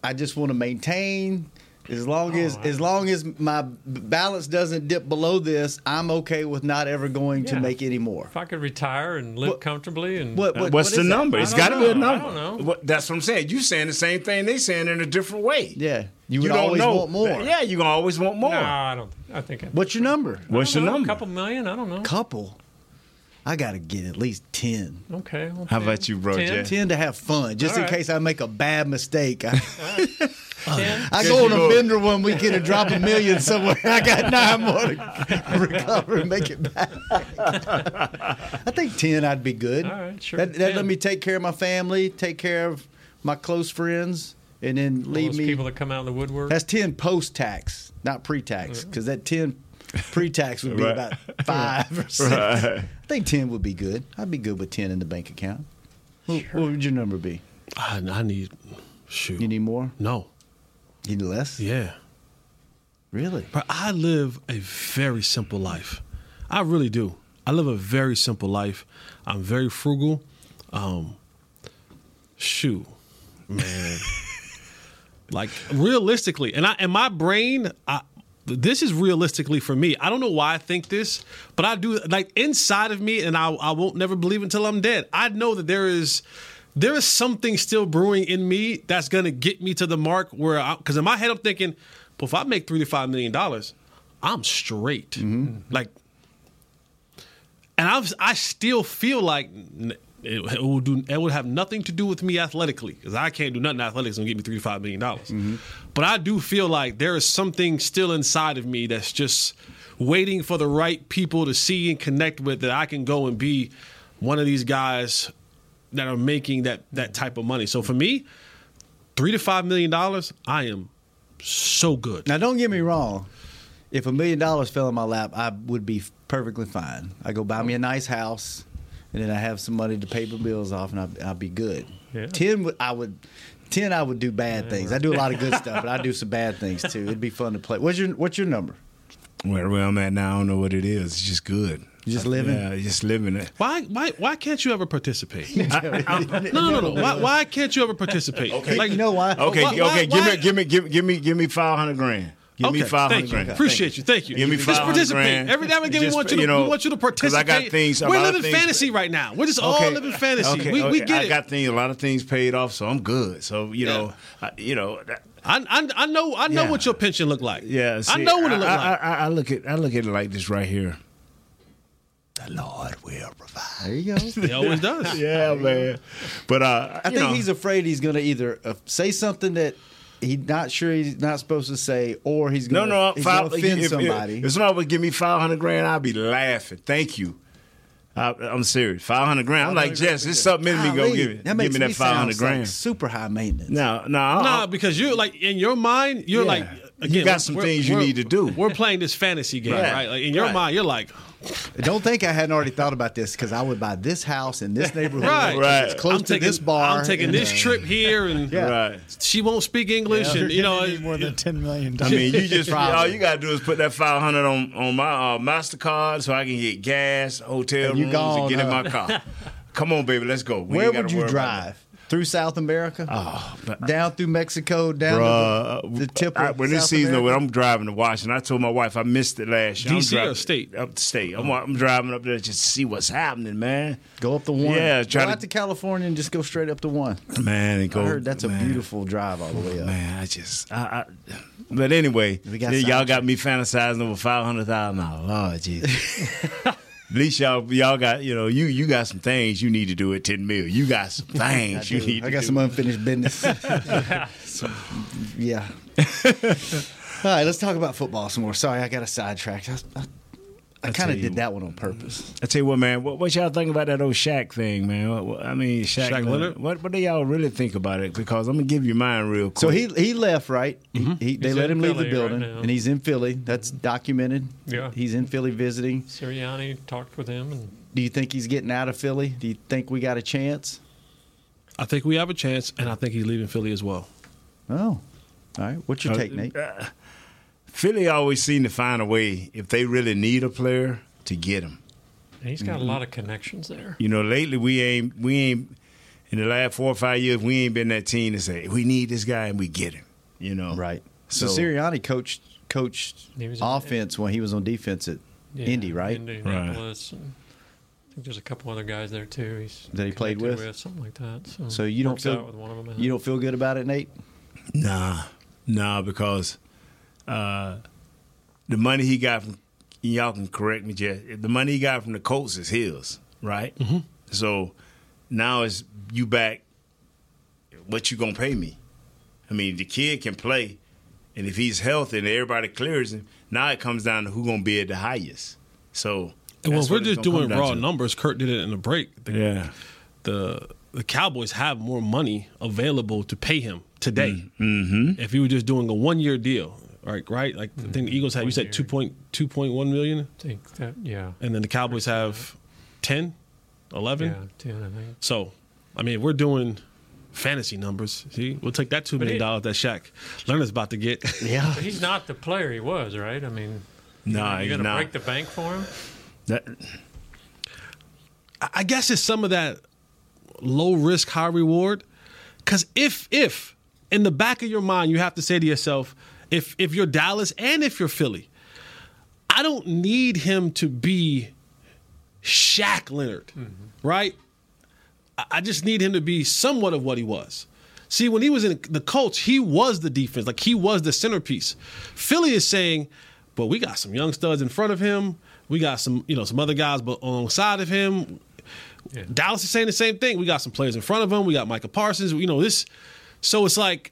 [SPEAKER 1] I just want to maintain. As long as as long as my b- balance doesn't dip below this, I'm okay with not ever going to
[SPEAKER 4] Yeah.
[SPEAKER 1] make any more.
[SPEAKER 4] If I could retire and live comfortably and uh,
[SPEAKER 1] what- what-
[SPEAKER 3] What's
[SPEAKER 1] what
[SPEAKER 3] the
[SPEAKER 1] is that?
[SPEAKER 3] number?
[SPEAKER 1] I
[SPEAKER 3] It's
[SPEAKER 1] don't
[SPEAKER 3] got to be a
[SPEAKER 4] know. I
[SPEAKER 3] number.
[SPEAKER 4] don't know.
[SPEAKER 3] What, that's what I'm saying. You saying the same thing they saying in a different way.
[SPEAKER 1] Yeah, you would always want more.
[SPEAKER 3] Yeah, you gonna always want more.
[SPEAKER 4] No, I don't. I think. I,
[SPEAKER 1] What's your number?
[SPEAKER 3] What's
[SPEAKER 4] I
[SPEAKER 3] your
[SPEAKER 4] don't know,
[SPEAKER 3] number?
[SPEAKER 4] A couple million. I don't know.
[SPEAKER 1] Couple. I gotta get at least ten.
[SPEAKER 4] Okay. well,
[SPEAKER 3] How
[SPEAKER 4] 10.
[SPEAKER 3] about you, bro,
[SPEAKER 4] Ten.
[SPEAKER 3] Jay?
[SPEAKER 1] Ten to have fun, just
[SPEAKER 4] All
[SPEAKER 1] in
[SPEAKER 4] right.
[SPEAKER 1] case I make a bad mistake. I,
[SPEAKER 3] <laughs>
[SPEAKER 4] Ten.
[SPEAKER 1] I go on a bender one weekend and drop a million somewhere. <laughs> I got nine more to recover and make it back. I think ten, I'd be good.
[SPEAKER 4] All right, sure.
[SPEAKER 1] That, that let
[SPEAKER 4] 10.
[SPEAKER 1] me take care of my family, take care of my close friends, and then
[SPEAKER 4] All
[SPEAKER 1] leave
[SPEAKER 4] those
[SPEAKER 1] me.
[SPEAKER 4] people that come out of the woodwork.
[SPEAKER 1] That's ten post tax, not pre tax, because that ten pre tax would be
[SPEAKER 3] Right.
[SPEAKER 1] about five or six.
[SPEAKER 3] Right.
[SPEAKER 1] I think ten would be good. I'd be good with ten in the bank account. What, what would your number be?
[SPEAKER 2] I, I need, shoot,
[SPEAKER 1] You need more?
[SPEAKER 2] no,
[SPEAKER 1] You need less?
[SPEAKER 2] yeah.
[SPEAKER 1] Really?
[SPEAKER 2] But I live a very simple life. I really do. I live a very simple life. I'm very frugal. Um, shoot, man. like realistically, and I and my brain, I, this is realistically for me. I don't know why I think this, but I do. Like inside of me, and I I won't never believe until I'm dead. I know that there is. There is something still brewing in me that's gonna get me to the mark where, because in my head I'm thinking, well, if I make three to five million dollars, I'm straight. Like and I, was, I still feel like n- it, it will do. It would have nothing to do with me athletically because I can't do nothing athletics and give me three to five million dollars. But I do feel like there is something still inside of me that's just waiting for the right people to see and connect with that I can go and be one of these guys that are making that that type of money. So for me, three to five million dollars, I am so good.
[SPEAKER 1] Now, don't get me wrong. if a million dollars fell in my lap, I would be perfectly fine. I go buy me a nice house, and then I have some money to pay my bills off, and I'll, I'll be good.
[SPEAKER 4] Yeah.
[SPEAKER 1] Ten, would I would. Ten, I would do bad things. I do a lot of good stuff, but I do some bad things too. It'd be fun to play. What's your What's your number?
[SPEAKER 3] Wherever I'm at now, I don't know what it is. It's just good.
[SPEAKER 1] You just living?
[SPEAKER 3] Yeah, just living it.
[SPEAKER 2] Why, why, why can't you ever <laughs> participate? no, no, no. Why, why can't you ever participate?
[SPEAKER 3] Okay.
[SPEAKER 2] Like,
[SPEAKER 3] You
[SPEAKER 1] know why?
[SPEAKER 3] Okay,
[SPEAKER 2] Why-
[SPEAKER 3] okay.
[SPEAKER 2] why-
[SPEAKER 3] give
[SPEAKER 2] why-
[SPEAKER 3] me, give me, give, give me, give me five hundred grand. Give me
[SPEAKER 2] Okay,
[SPEAKER 3] five hundred
[SPEAKER 2] thank you.
[SPEAKER 3] grand.
[SPEAKER 2] Appreciate you. Thank you.
[SPEAKER 3] Give me
[SPEAKER 2] Just
[SPEAKER 3] 500
[SPEAKER 2] participate.
[SPEAKER 3] grand.
[SPEAKER 2] Every now and again, we
[SPEAKER 3] Just,
[SPEAKER 2] want you to
[SPEAKER 3] you know,
[SPEAKER 2] we want you to
[SPEAKER 3] 'cause
[SPEAKER 2] participate.
[SPEAKER 3] I got things. a
[SPEAKER 2] We're
[SPEAKER 3] lot of
[SPEAKER 2] living
[SPEAKER 3] things-
[SPEAKER 2] fantasy right now. We're just all living fantasy.
[SPEAKER 3] okay,
[SPEAKER 2] we, we
[SPEAKER 3] okay.
[SPEAKER 2] get
[SPEAKER 3] I
[SPEAKER 2] it.
[SPEAKER 3] got things. A lot of things paid off, so I'm good. So you know, I, you know. That,
[SPEAKER 2] I, I, I know I know
[SPEAKER 3] Yeah.
[SPEAKER 2] what your pension looked like.
[SPEAKER 3] yeah,
[SPEAKER 2] I
[SPEAKER 3] see,
[SPEAKER 2] know what it looked
[SPEAKER 3] I,
[SPEAKER 2] like.
[SPEAKER 3] I, I, I look at I look at it like this right here.
[SPEAKER 1] There you go.
[SPEAKER 2] It always
[SPEAKER 3] <laughs>
[SPEAKER 2] does.
[SPEAKER 3] yeah, man. But uh,
[SPEAKER 1] I
[SPEAKER 3] you
[SPEAKER 1] think
[SPEAKER 3] know.
[SPEAKER 1] he's afraid he's going to either uh, say something that he's not sure he's not supposed to say, or he's
[SPEAKER 3] No,
[SPEAKER 1] going
[SPEAKER 3] no,
[SPEAKER 1] to
[SPEAKER 3] five,
[SPEAKER 1] offend
[SPEAKER 3] if, if,
[SPEAKER 1] somebody.
[SPEAKER 3] If, someone would give me five hundred grand, I'd be laughing. Thank you. I, I'm serious. Five hundred grand. I'm like Jess. It's something in me. Go
[SPEAKER 1] Golly,
[SPEAKER 3] give it.
[SPEAKER 1] That
[SPEAKER 3] give
[SPEAKER 1] makes
[SPEAKER 3] me that
[SPEAKER 1] me
[SPEAKER 3] five
[SPEAKER 1] sound
[SPEAKER 3] hundred
[SPEAKER 1] like
[SPEAKER 3] grand.
[SPEAKER 1] super high maintenance.
[SPEAKER 3] no, no, I-
[SPEAKER 2] Nah, because you're like in your mind, you're
[SPEAKER 3] Yeah.
[SPEAKER 2] like
[SPEAKER 3] You
[SPEAKER 2] again,
[SPEAKER 3] got some
[SPEAKER 2] we're-
[SPEAKER 3] things you
[SPEAKER 2] we're-
[SPEAKER 3] need to do.
[SPEAKER 2] We're playing this fantasy game, right?
[SPEAKER 3] Right.
[SPEAKER 2] Like in your
[SPEAKER 3] Right.
[SPEAKER 2] mind, you're like,
[SPEAKER 1] Don't think I hadn't already thought about this because I would buy this house in this neighborhood.
[SPEAKER 2] <laughs> right,
[SPEAKER 3] Right.
[SPEAKER 1] It's close
[SPEAKER 2] I'm
[SPEAKER 1] to
[SPEAKER 2] taking
[SPEAKER 1] this bar.
[SPEAKER 2] I'm taking
[SPEAKER 1] and,
[SPEAKER 2] this
[SPEAKER 1] uh,
[SPEAKER 2] trip here, and
[SPEAKER 3] Right.
[SPEAKER 2] she won't speak English,
[SPEAKER 5] You're
[SPEAKER 2] and you know,
[SPEAKER 5] gonna need more than ten million
[SPEAKER 3] I
[SPEAKER 5] dollars.
[SPEAKER 3] mean,
[SPEAKER 1] <laughs>
[SPEAKER 3] you just
[SPEAKER 1] Probably.
[SPEAKER 3] all you gotta do is put that five hundred on on my uh, Mastercard, so I can get gas, hotel
[SPEAKER 1] And
[SPEAKER 3] rooms,
[SPEAKER 1] you
[SPEAKER 3] and
[SPEAKER 1] gone,
[SPEAKER 3] get in
[SPEAKER 1] huh?
[SPEAKER 3] my car. Come on, baby, let's go. We
[SPEAKER 1] Where
[SPEAKER 3] ain't gotta
[SPEAKER 1] would you
[SPEAKER 3] worry about
[SPEAKER 1] drive? Through South America?
[SPEAKER 3] Oh, but-
[SPEAKER 1] down through Mexico,
[SPEAKER 3] it.
[SPEAKER 1] down to
[SPEAKER 3] Bruh,
[SPEAKER 1] uh, the, the tip. Of
[SPEAKER 3] I- when this
[SPEAKER 1] South
[SPEAKER 3] season,
[SPEAKER 1] America?
[SPEAKER 3] when I'm driving to Washington, I told my wife I missed it last year. I'm
[SPEAKER 2] DC or
[SPEAKER 3] driving-
[SPEAKER 2] state?
[SPEAKER 3] Up the state. I'm, I'm driving up there just to see what's happening, man.
[SPEAKER 1] go up the one.
[SPEAKER 3] Yeah,
[SPEAKER 1] go
[SPEAKER 3] try to-
[SPEAKER 1] out to California and just go straight up the one.
[SPEAKER 3] Man, and go,
[SPEAKER 1] I heard that's a
[SPEAKER 3] man.
[SPEAKER 1] beautiful drive all the way up.
[SPEAKER 3] Man, <laughs> I just, I, I but anyway,
[SPEAKER 1] We got
[SPEAKER 3] then y'all
[SPEAKER 1] sidetracked.
[SPEAKER 3] got me fantasizing over five hundred thousand dollars. Lord Jesus.
[SPEAKER 2] <laughs>
[SPEAKER 3] At least y'all, y'all got, you know, you you got some things you need to do at ten mil. You got some
[SPEAKER 1] <laughs> I,
[SPEAKER 3] things you
[SPEAKER 1] do.
[SPEAKER 3] need.
[SPEAKER 1] I
[SPEAKER 3] to
[SPEAKER 1] got
[SPEAKER 3] do.
[SPEAKER 1] some unfinished
[SPEAKER 3] <laughs>
[SPEAKER 1] business. <laughs> Some- yeah. All right, let's talk about football some more. Sorry, I got a sidetracked. I, I, I
[SPEAKER 3] I
[SPEAKER 1] kind
[SPEAKER 3] tell
[SPEAKER 1] of
[SPEAKER 3] you-
[SPEAKER 1] did that one on purpose.
[SPEAKER 3] I tell you what, man. What, what y'all think about that old Shaq thing, man? What, what- I mean, Shaq, uh,
[SPEAKER 2] Shaq Leonard?
[SPEAKER 3] What what do y'all really think about it? Because I'm gonna give you mine real quick.
[SPEAKER 1] So he he left, right? He- He, they
[SPEAKER 4] Mm-hmm. He's
[SPEAKER 1] let
[SPEAKER 4] in
[SPEAKER 1] him leave the
[SPEAKER 4] Philly right
[SPEAKER 1] building,
[SPEAKER 4] now.
[SPEAKER 1] and he's in Philly. That's documented.
[SPEAKER 4] Yeah.
[SPEAKER 1] he's in Philly visiting.
[SPEAKER 4] Sirianni talked with him, and
[SPEAKER 1] Do you think he's getting out of Philly? Do you think we got a chance?
[SPEAKER 2] I think we have a chance, and I think he's leaving Philly as well.
[SPEAKER 1] Oh, all right. What's your
[SPEAKER 3] Uh,
[SPEAKER 1] take, Nate?
[SPEAKER 3] Philly always seem to find a way if they really need a player to get him.
[SPEAKER 4] and he's
[SPEAKER 3] Mm-hmm.
[SPEAKER 4] got a lot of connections there.
[SPEAKER 3] You know, lately we ain't we ain't in the last four or five years we ain't been that team to say we need this guy and we get him. You know,
[SPEAKER 1] Right. So,
[SPEAKER 3] So,
[SPEAKER 1] Sirianni coached coached
[SPEAKER 4] He was in-
[SPEAKER 1] offense when he was on defense at
[SPEAKER 4] Yeah,
[SPEAKER 1] Indy, right?
[SPEAKER 4] Indianapolis. And I think there's a couple other guys there too. He's
[SPEAKER 1] That he played
[SPEAKER 4] connected
[SPEAKER 1] with?
[SPEAKER 4] something like that. So,
[SPEAKER 1] So you don't
[SPEAKER 4] works
[SPEAKER 1] feel
[SPEAKER 4] out with one of them.
[SPEAKER 1] you don't feel good about it, Nate?
[SPEAKER 3] nah, nah, because uh, the money he got from y'all can correct me, Jeff. The money he got from the Colts is his, right? Mm-hmm. So now it's you back. What you gonna pay me? I mean, the kid can play, and if he's healthy and everybody clears him, now it comes down to who gonna be at the highest. So.
[SPEAKER 2] And when
[SPEAKER 3] that's
[SPEAKER 2] we're
[SPEAKER 3] what it's
[SPEAKER 2] just
[SPEAKER 3] gonna
[SPEAKER 2] doing
[SPEAKER 3] come down
[SPEAKER 2] raw
[SPEAKER 3] to.
[SPEAKER 2] numbers, Kurt did it in the break. The,
[SPEAKER 3] Yeah.
[SPEAKER 2] the the Cowboys have more money available to pay him today. Mm-hmm. If you were just doing a one year deal, right? Right? Like I think the Eagles have. You said two point two point one million,
[SPEAKER 4] I think that, yeah,
[SPEAKER 2] and then the Cowboys have 10, 11.
[SPEAKER 4] yeah, ten. I think.
[SPEAKER 2] So, I mean, we're doing fantasy numbers. See, we'll take that two million dollars that Shaq Leonard's about to get. <laughs>
[SPEAKER 1] Yeah.
[SPEAKER 4] But he's not the player he was, right? I mean,
[SPEAKER 3] Nah,
[SPEAKER 4] you're
[SPEAKER 3] he's
[SPEAKER 4] going to
[SPEAKER 3] not.
[SPEAKER 4] break the bank for him.
[SPEAKER 3] That-
[SPEAKER 2] I I guess it's some of that low risk, high reward. Because if if in the back of your mind you have to say to yourself, if if you're Dallas and if you're Philly, I don't need him to be Shaq Leonard, right? I- I just need him to be somewhat of what he was. See, when he was in the Colts, he was the defense, like he was the centerpiece. Philly is saying, "But we got some young studs in front of him. We got some, you know, some other guys, but alongside of him." Dallas is saying the same thing. We got some players in front of him. We got Micah Parsons. You know this, so it's like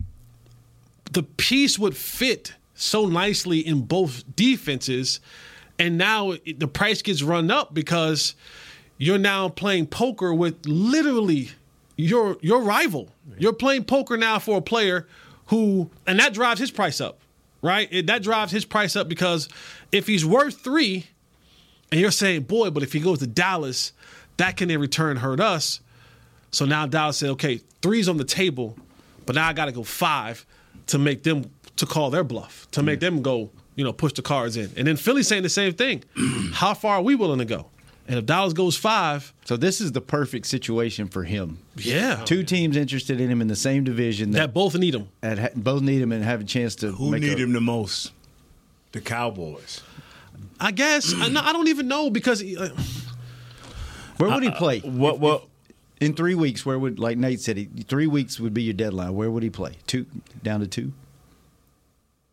[SPEAKER 2] the piece would fit so nicely in both defenses, and now it, the price gets run up because you're now playing poker with literally your your rival. You're playing poker now for a player who, and that drives his price up, right? It, that drives his price up because if he's worth three, and you're saying, boy, but if he goes to Dallas, that can in return hurt us. So now Dallas said, okay, three's on the table, but now I got to go five to make them to call their bluff to make them go, you know, push the cards in. And then Philly saying the same thing.
[SPEAKER 1] <clears throat>
[SPEAKER 2] How far are we willing to go? And if Dallas goes five,
[SPEAKER 1] so this is the perfect situation for him.
[SPEAKER 2] Yeah.
[SPEAKER 4] Oh,
[SPEAKER 1] two teams interested in him in the same division that,
[SPEAKER 2] both need him.
[SPEAKER 1] That ha- both need him and have a chance to.
[SPEAKER 3] Who
[SPEAKER 1] make
[SPEAKER 3] need
[SPEAKER 1] a-
[SPEAKER 3] him the most? The Cowboys.
[SPEAKER 2] I guess I, no, I don't even know because uh,
[SPEAKER 1] Where would he
[SPEAKER 3] Uh,
[SPEAKER 1] play?
[SPEAKER 3] what? What?
[SPEAKER 1] in three weeks, where would like Nate said? He, three weeks would be your deadline. Where would he play? Two down to two.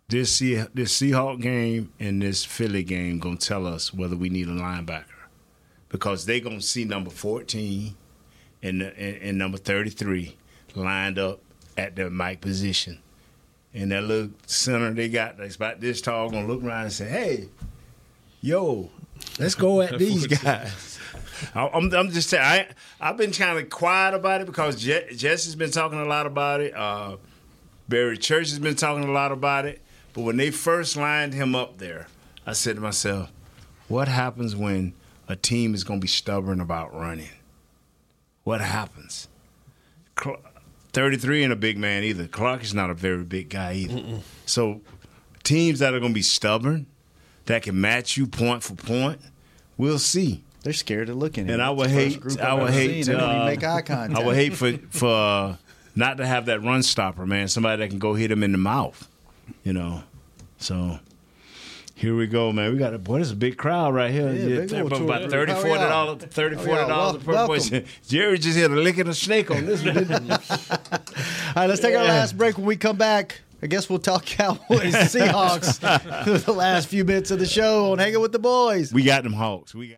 [SPEAKER 3] This Se- this Seahawk game and this Philly game gonna tell us whether we need a linebacker because they gonna see number fourteen and and, and number thirty three lined up at their mic position, and that little center they got that's about this tall gonna look around and say, "Hey, yo, let's go at these guys." I- I'm, I'm just saying, I I've been kind of quiet about it because Je- Jess has been talking a lot about it. Uh, Barry Church has been talking a lot about it. But when they first lined him up there, I said to myself, what happens when a team is going to be stubborn about running? What happens? Cl- 33 ain't a big man either. Clark is not a very big guy either. So teams that are going to be stubborn, that can match you point for point, we'll see.
[SPEAKER 1] They're scared of looking. at
[SPEAKER 3] And
[SPEAKER 1] him.
[SPEAKER 3] I would
[SPEAKER 1] It's the first
[SPEAKER 3] hate,
[SPEAKER 1] group
[SPEAKER 3] I
[SPEAKER 1] I've
[SPEAKER 3] would
[SPEAKER 1] ever
[SPEAKER 3] hate,
[SPEAKER 1] seen. They don't
[SPEAKER 3] uh,
[SPEAKER 1] even make eye contact.
[SPEAKER 3] <laughs> I would hate for for uh, not to have that run stopper, man. Somebody that can go hit him in the mouth, you know. So here we go, man. We got a boy. This is a big crowd right here.
[SPEAKER 1] Yeah, big old
[SPEAKER 3] about,
[SPEAKER 1] tour.
[SPEAKER 3] about thirty,
[SPEAKER 1] How y'all?
[SPEAKER 3] forty dollars, thirty,
[SPEAKER 1] How
[SPEAKER 3] forty
[SPEAKER 1] y'all? Wel-
[SPEAKER 3] dollars per person.
[SPEAKER 1] welcome.
[SPEAKER 3] Jerry just hit a lick of a snake on this one. didn't he?
[SPEAKER 1] All right, let's take our
[SPEAKER 3] Yeah.
[SPEAKER 1] last break. When we come back, I guess we'll talk <laughs> Cowboys Seahawks <laughs> for the last few minutes of the show on Hanging with the Boys.
[SPEAKER 3] we got them Hawks. We got.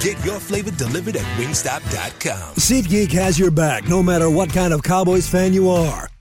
[SPEAKER 7] Get your flavor delivered at wingstop.com.
[SPEAKER 8] SeatGeek has your back no matter what kind of Cowboys fan you are.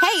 [SPEAKER 9] Hey,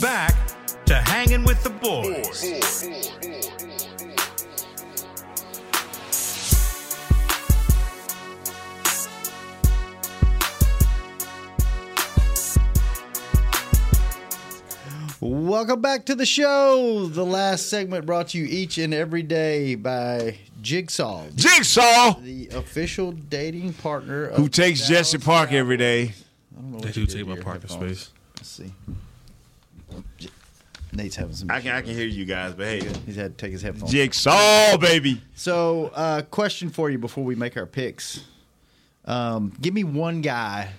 [SPEAKER 6] Back to hanging with the boys.
[SPEAKER 1] Welcome back to the show. The last segment brought to you each and every day by Jigsaw.
[SPEAKER 3] Jigsaw!
[SPEAKER 1] The official dating partner of
[SPEAKER 3] Who takes Jesse Park every day?
[SPEAKER 1] I don't know
[SPEAKER 2] They
[SPEAKER 1] what
[SPEAKER 2] do
[SPEAKER 1] you did
[SPEAKER 2] take
[SPEAKER 1] to
[SPEAKER 2] my
[SPEAKER 1] your
[SPEAKER 2] parking
[SPEAKER 1] headphones.
[SPEAKER 2] space.
[SPEAKER 1] Let's see. J- Nate's having some.
[SPEAKER 3] I can I can hear you guys, but hey,
[SPEAKER 1] he's had to take his headphones.
[SPEAKER 3] Jigsaw, baby.
[SPEAKER 1] So, uh, question for you before we make our picks. Um, give me one guy,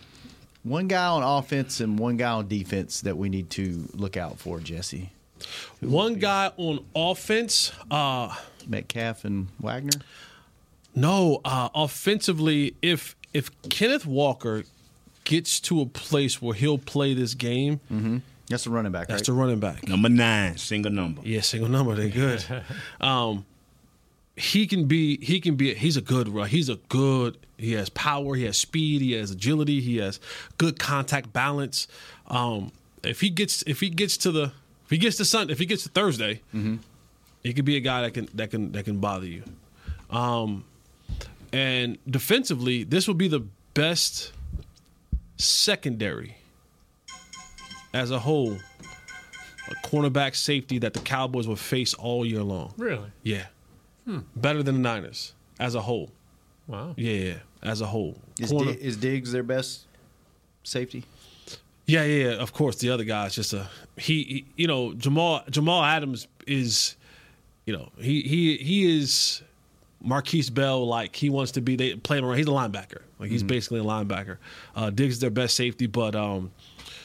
[SPEAKER 1] one guy on offense and one guy on defense that we need to look out for, Jesse.
[SPEAKER 2] One guy on offense, uh,
[SPEAKER 1] Metcalf and Wagner.
[SPEAKER 2] No, uh, offensively, if if Kenneth Walker gets to a place where he'll play this game,
[SPEAKER 1] that's the running back.
[SPEAKER 2] That's
[SPEAKER 3] right?
[SPEAKER 2] the running back.
[SPEAKER 3] Number nine, single number.
[SPEAKER 2] Yeah, single number. They good. um, he can be. He can be. He's a good. ru- He's a good. He has power. He has speed. He has agility. He has good contact balance. Um, if he gets. If he gets to the. If he gets to Sunday. If he gets to Thursday, he could be a guy that can that can that can bother you. Um, and defensively, this would be the best secondary as a whole, a cornerback safety that the Cowboys will face all year long.
[SPEAKER 4] Really?
[SPEAKER 2] Yeah.
[SPEAKER 4] Hmm.
[SPEAKER 2] Better than the Niners as a whole.
[SPEAKER 4] Wow.
[SPEAKER 2] Yeah, yeah, as a whole.
[SPEAKER 1] Is,
[SPEAKER 2] Corner-
[SPEAKER 1] Dig- is Diggs their best safety?
[SPEAKER 2] yeah, yeah, yeah, of course. The other guy's just a he, he you know, Jamal Jamal Adams is you know, he he he is Marquise Bell like he wants to be they play him around. He's a linebacker.
[SPEAKER 4] Mm-hmm.
[SPEAKER 2] Like he's basically a linebacker. Uh Diggs is their best safety, but um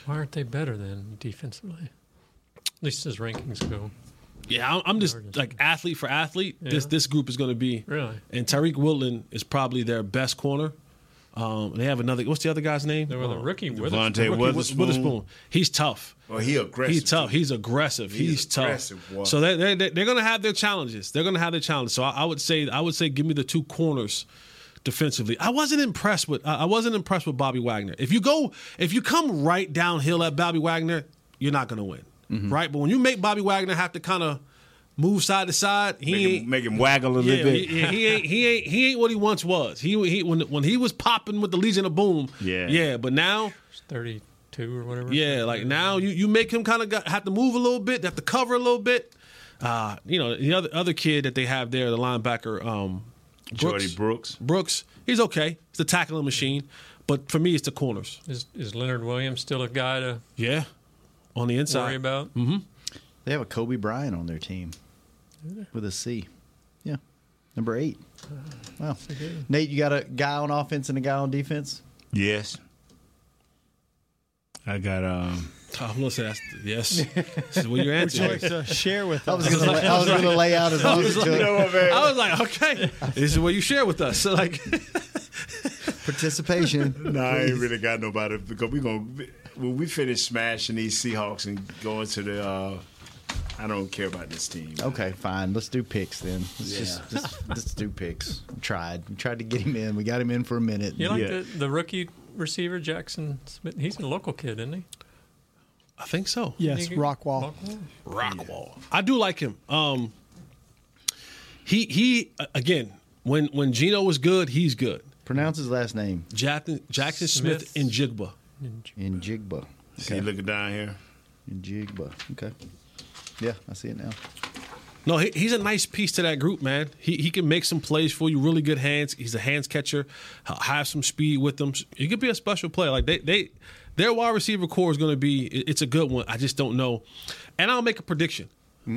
[SPEAKER 4] Why aren't they better than defensively? At least as rankings go.
[SPEAKER 2] Yeah, I'm, I'm just like athlete for athlete. This
[SPEAKER 4] Yeah.
[SPEAKER 2] this group is going to be
[SPEAKER 4] Really?
[SPEAKER 2] And Tyreek Woodland is probably their best corner. Um, they have another. What's the other guy's name? Uh,
[SPEAKER 4] There was a rookie with
[SPEAKER 3] Devontae
[SPEAKER 2] The rookie
[SPEAKER 3] Witherspoon.
[SPEAKER 2] He's tough.
[SPEAKER 3] Oh, he aggressive,
[SPEAKER 2] He's tough.
[SPEAKER 3] too.
[SPEAKER 2] He's aggressive.
[SPEAKER 3] He's
[SPEAKER 2] He's,
[SPEAKER 3] aggressive,
[SPEAKER 2] tough.
[SPEAKER 3] boy.
[SPEAKER 2] So they they they're going to have their challenges. They're going to have their challenges. So I, I would say I would say give me the two corners defensively. I wasn't impressed with I I wasn't impressed with Bobby Wagner. If you go if you come right downhill at Bobby Wagner, you're not going to win.
[SPEAKER 3] Mm-hmm.
[SPEAKER 2] Right? But when you make Bobby Wagner have to kind of move side to side, he
[SPEAKER 3] Make him-
[SPEAKER 2] ain't,
[SPEAKER 3] make him waggle a
[SPEAKER 2] yeah,
[SPEAKER 3] little bit.
[SPEAKER 2] He, yeah, he ain't he ain't he ain't what he once was. He, he when when he was popping with the Legion of Boom.
[SPEAKER 4] Yeah.
[SPEAKER 2] yeah. But now
[SPEAKER 4] 32 or whatever.
[SPEAKER 2] yeah, like now you, you make him kind of have to move a little bit, have to cover a little bit. Uh, you know, the other other kid that they have there, the linebacker, um, Brooks,
[SPEAKER 3] Jordy Brooks.
[SPEAKER 2] Brooks, he's okay. He's a tackling machine, but for me, it's the corners.
[SPEAKER 4] Is, is Leonard Williams still a guy to
[SPEAKER 2] Yeah, on the inside.
[SPEAKER 4] worry about?
[SPEAKER 2] Mm-hmm.
[SPEAKER 1] They have a Kobe Bryant on their team with a C. Yeah, number eight. Wow. Nate, you got a guy on offense and a guy on defense.
[SPEAKER 3] Yes. I got um
[SPEAKER 2] Oh, I'm gonna say that's yes. This is <laughs> what your answer
[SPEAKER 5] Would you like
[SPEAKER 2] is.
[SPEAKER 5] to share with
[SPEAKER 10] <laughs>
[SPEAKER 1] I was
[SPEAKER 5] us?
[SPEAKER 1] gonna lay- I was gonna lay out as
[SPEAKER 2] I
[SPEAKER 1] long as
[SPEAKER 2] was
[SPEAKER 1] it
[SPEAKER 2] like-
[SPEAKER 1] took.
[SPEAKER 2] I was like, okay, this is what you share with us. So like, <laughs>
[SPEAKER 1] Participation.
[SPEAKER 3] No, I
[SPEAKER 1] please.
[SPEAKER 3] ain't really got nobody because we gonna when we finish smashing these Seahawks and going to the uh I don't care about this team.
[SPEAKER 1] <laughs> Okay, fine. Let's do picks then. Let's
[SPEAKER 3] Yeah.
[SPEAKER 1] just, just let's do picks. We tried. We tried to get him in. We got him in for a minute.
[SPEAKER 4] You like the, the rookie receiver, Jackson Smith? He's a local kid, isn't he?
[SPEAKER 2] I think so.
[SPEAKER 5] Yes, Rockwall.
[SPEAKER 2] Rockwall. I do like him. Um, he he a- again. When when Gino was good, he's good.
[SPEAKER 1] Pronounce his last name.
[SPEAKER 2] Jackson Jackson Smith,
[SPEAKER 1] Smith.
[SPEAKER 2] and Jigba.
[SPEAKER 1] In Jigba.
[SPEAKER 3] See you looking down here.
[SPEAKER 1] In Jigba. Okay. Yeah, I see it now.
[SPEAKER 2] No, he, he's a nice piece to that group, man. He he can make some plays for you. Really good hands. He's a hands catcher. Ha- Have some speed with him. He could be a special player. Like they they their wide receiver core is going to be. it- It's a good one. I just don't know. And I'll make a prediction.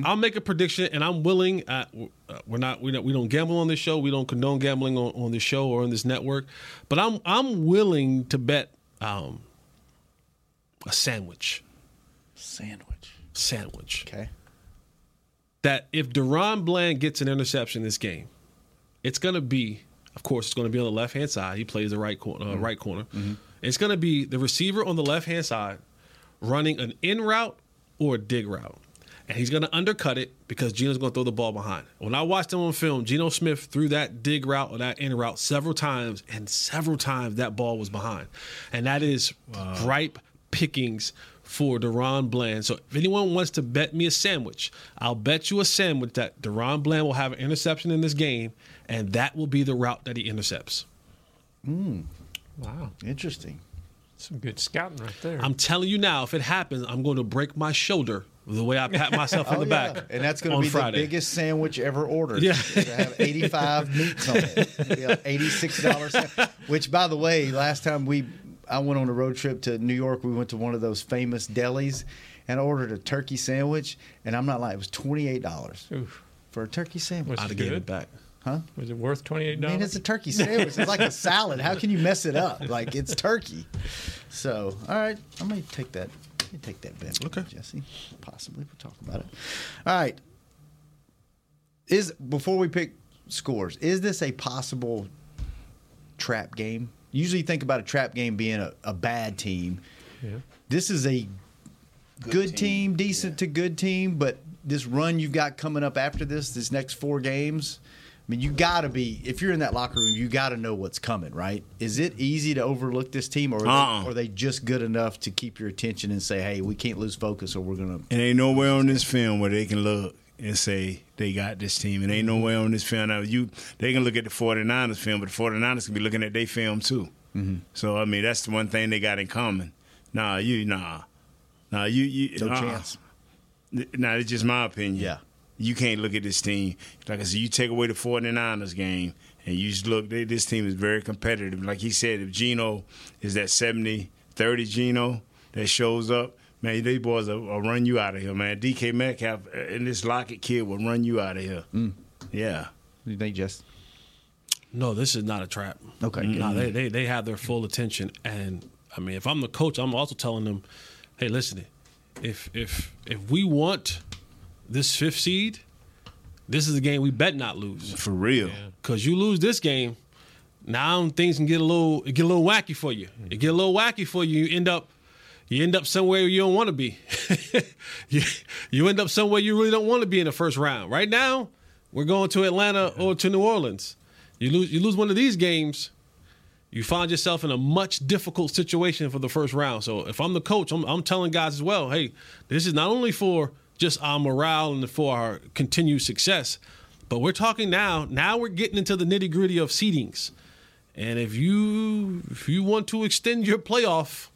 [SPEAKER 2] I'll make a prediction, and I'm willing. Uh, w- uh, we're not we don't we don't gamble on this show. We don't condone gambling on, on this show or on this network. But I'm I'm willing to bet um, a sandwich.
[SPEAKER 1] Sandwich.
[SPEAKER 2] Sandwich.
[SPEAKER 1] Okay.
[SPEAKER 2] that if Deron Bland gets an interception this game, it's going to be, of course, it's going to be on the left hand side. He plays the right corner. Uh, Right corner. It's going to be the receiver on the left hand side running an in route or a dig route. And he's going to undercut it because Geno's going to throw the ball behind. When I watched him on film, Geno Smith threw that dig route or that in route several times, and several times that ball was behind. And that is ripe pickings for Deron Bland. So if anyone wants to bet me a sandwich, I'll bet you a sandwich that Deron Bland will have an interception in this game, and that will be the route that he intercepts.
[SPEAKER 1] Mm,
[SPEAKER 4] Wow.
[SPEAKER 1] interesting.
[SPEAKER 4] Some good scouting right there.
[SPEAKER 2] I'm telling you now, if it happens, I'm going to break my shoulder the way I pat myself
[SPEAKER 1] <laughs>
[SPEAKER 2] on
[SPEAKER 1] Oh,
[SPEAKER 2] the
[SPEAKER 1] yeah.
[SPEAKER 2] back.
[SPEAKER 1] and that's going to
[SPEAKER 2] on
[SPEAKER 1] be
[SPEAKER 2] Friday.
[SPEAKER 1] the biggest sandwich ever ordered.
[SPEAKER 2] Yeah.
[SPEAKER 1] It's gonna have
[SPEAKER 2] <laughs>
[SPEAKER 1] 85 meats on it. Yeah, 86 dollars. Which, by the way, last time we I went on a road trip to New York, we went to one of those famous delis, and I ordered a turkey sandwich, and I'm not lying, it was 28 dollars for a turkey sandwich.
[SPEAKER 4] Was it I'd have gave it good?
[SPEAKER 2] back.
[SPEAKER 1] Huh?
[SPEAKER 4] Was it worth twenty eight
[SPEAKER 1] Man,
[SPEAKER 4] dollars?
[SPEAKER 1] it's a turkey sandwich. It's like a salad. How can you mess it up? Like it's turkey. So, all right, I'm gonna take that. Let me take that bet. Okay, Jesse. Possibly we'll talk about it. All right. Is before we pick scores, is this a possible trap game? Usually, you think about a trap game being a, a bad team.
[SPEAKER 4] Yeah.
[SPEAKER 1] This is a good, team, decent to good team, but this run you've got coming up after this, this next four games, I mean, you got to be, if you're in that locker room, you got to know what's coming, right? Is it easy to overlook this team, or are,
[SPEAKER 3] Uh-uh.
[SPEAKER 1] they, are they just good enough to keep your attention and say, hey, we can't lose focus or we're going to.
[SPEAKER 3] It ain't nowhere on this film where they can look and say they got this team. It ain't nowhere on this film. Now you they can look at the 49ers film, but the 49ers can be looking at their film too. So I mean that's the one thing they got in common. Nah, you nah. Nah, you you
[SPEAKER 1] No
[SPEAKER 3] uh-uh.
[SPEAKER 1] chance.
[SPEAKER 3] N- Nah, it's just my opinion. Yeah. You can't look at this team. Like I said, you take away the 49ers game and you just look, they, this team is very competitive. Like he said, if Geno is that 70 30 Geno that shows up, man, these boys will, will run you out of here, man. DK Metcalf uh, and this Lockett kid will run you out of here. Yeah.
[SPEAKER 1] You think, Jess?
[SPEAKER 2] No, this is not a trap.
[SPEAKER 1] Okay, good.
[SPEAKER 2] No, they, they they have their full attention, and I mean, if I'm the coach, I'm also telling them, hey, listen, if if if we want this fifth seed, this is a game we bet not lose
[SPEAKER 3] for real.
[SPEAKER 2] Because you lose this game, now things can get a little it get a little wacky for you. It get a little wacky for you. You end up you end up somewhere you don't want to be. <laughs> you, you end up somewhere you really don't want to be in the first round. Right now, we're going to Atlanta or to New Orleans. You lose you lose one of these games, you find yourself in a much difficult situation for the first round. So if I'm the coach, I'm, I'm telling guys as well, hey, this is not only for just our morale and for our continued success, but we're talking now. Now we're getting into the nitty gritty of seedings, and if you if you want to extend your playoff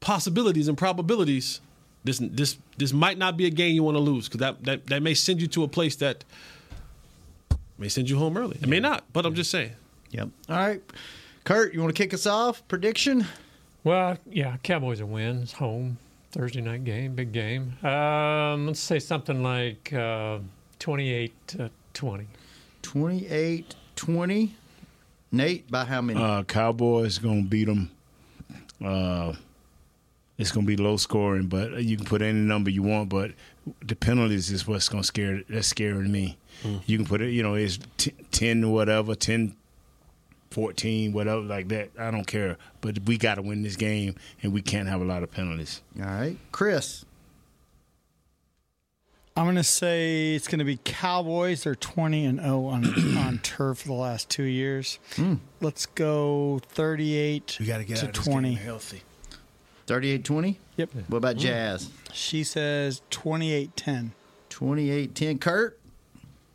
[SPEAKER 2] possibilities and probabilities, this this this might not be a game you want to lose because that, that that may send you to a place that may send you home early. It may not, but I'm just saying.
[SPEAKER 1] Yep. All right. Kurt, you want to kick us off? Prediction?
[SPEAKER 4] Well, yeah, Cowboys are win. It's home Thursday night game, big game. Um, let's say something like uh, 28 to 20.
[SPEAKER 1] 28 20. Nate, by how many?
[SPEAKER 3] Uh, Cowboys gonna beat them. Uh, it's gonna be low scoring, but you can put any number you want. But the penalties is what's gonna scare. That's scaring me. You can put it. You know, it's t- ten whatever, 10, 14, whatever like that. I don't care. But we got to win this game, and we can't have a lot of penalties.
[SPEAKER 1] All right, Chris.
[SPEAKER 5] I'm going to say it's going to be Cowboys. They're 20 and 0 on, on turf for the last two years. Let's go 38
[SPEAKER 3] We gotta get
[SPEAKER 5] to
[SPEAKER 3] out of this game
[SPEAKER 5] 20.
[SPEAKER 3] healthy.
[SPEAKER 1] 38 20?
[SPEAKER 5] Yep.
[SPEAKER 1] What about Jazz?
[SPEAKER 5] She says 28 10.
[SPEAKER 1] 28 10. Kurt?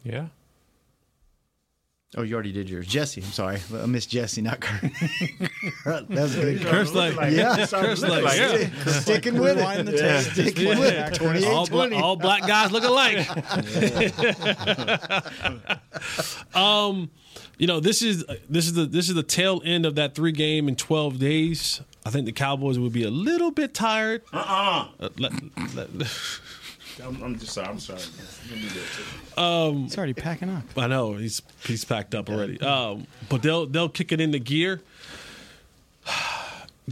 [SPEAKER 4] Yeah.
[SPEAKER 1] Oh, you already did yours. Jesse, I'm sorry. I missed Jesse, not Kurt. that was a good
[SPEAKER 2] Curse like,
[SPEAKER 1] Yeah.
[SPEAKER 2] curse like, yeah.
[SPEAKER 1] Sticking with it.
[SPEAKER 5] Rewind the tape.
[SPEAKER 1] Sticking
[SPEAKER 5] Yeah.
[SPEAKER 1] with
[SPEAKER 5] Yeah.
[SPEAKER 1] it. 28
[SPEAKER 2] all, bla-
[SPEAKER 1] 20.
[SPEAKER 2] all black guys look <laughs> alike. um, you know, this is this is the this is the tail end of that three game in twelve days. I think the Cowboys will be a little bit tired.
[SPEAKER 3] Uh-uh.
[SPEAKER 2] Uh, let- let- <laughs>
[SPEAKER 3] I'm, I'm just sorry. I'm sorry. Let me do it.
[SPEAKER 2] um,
[SPEAKER 5] It's already packing up.
[SPEAKER 2] I know he's he's packed up already. Um, but they'll they'll kick it into gear. <sighs>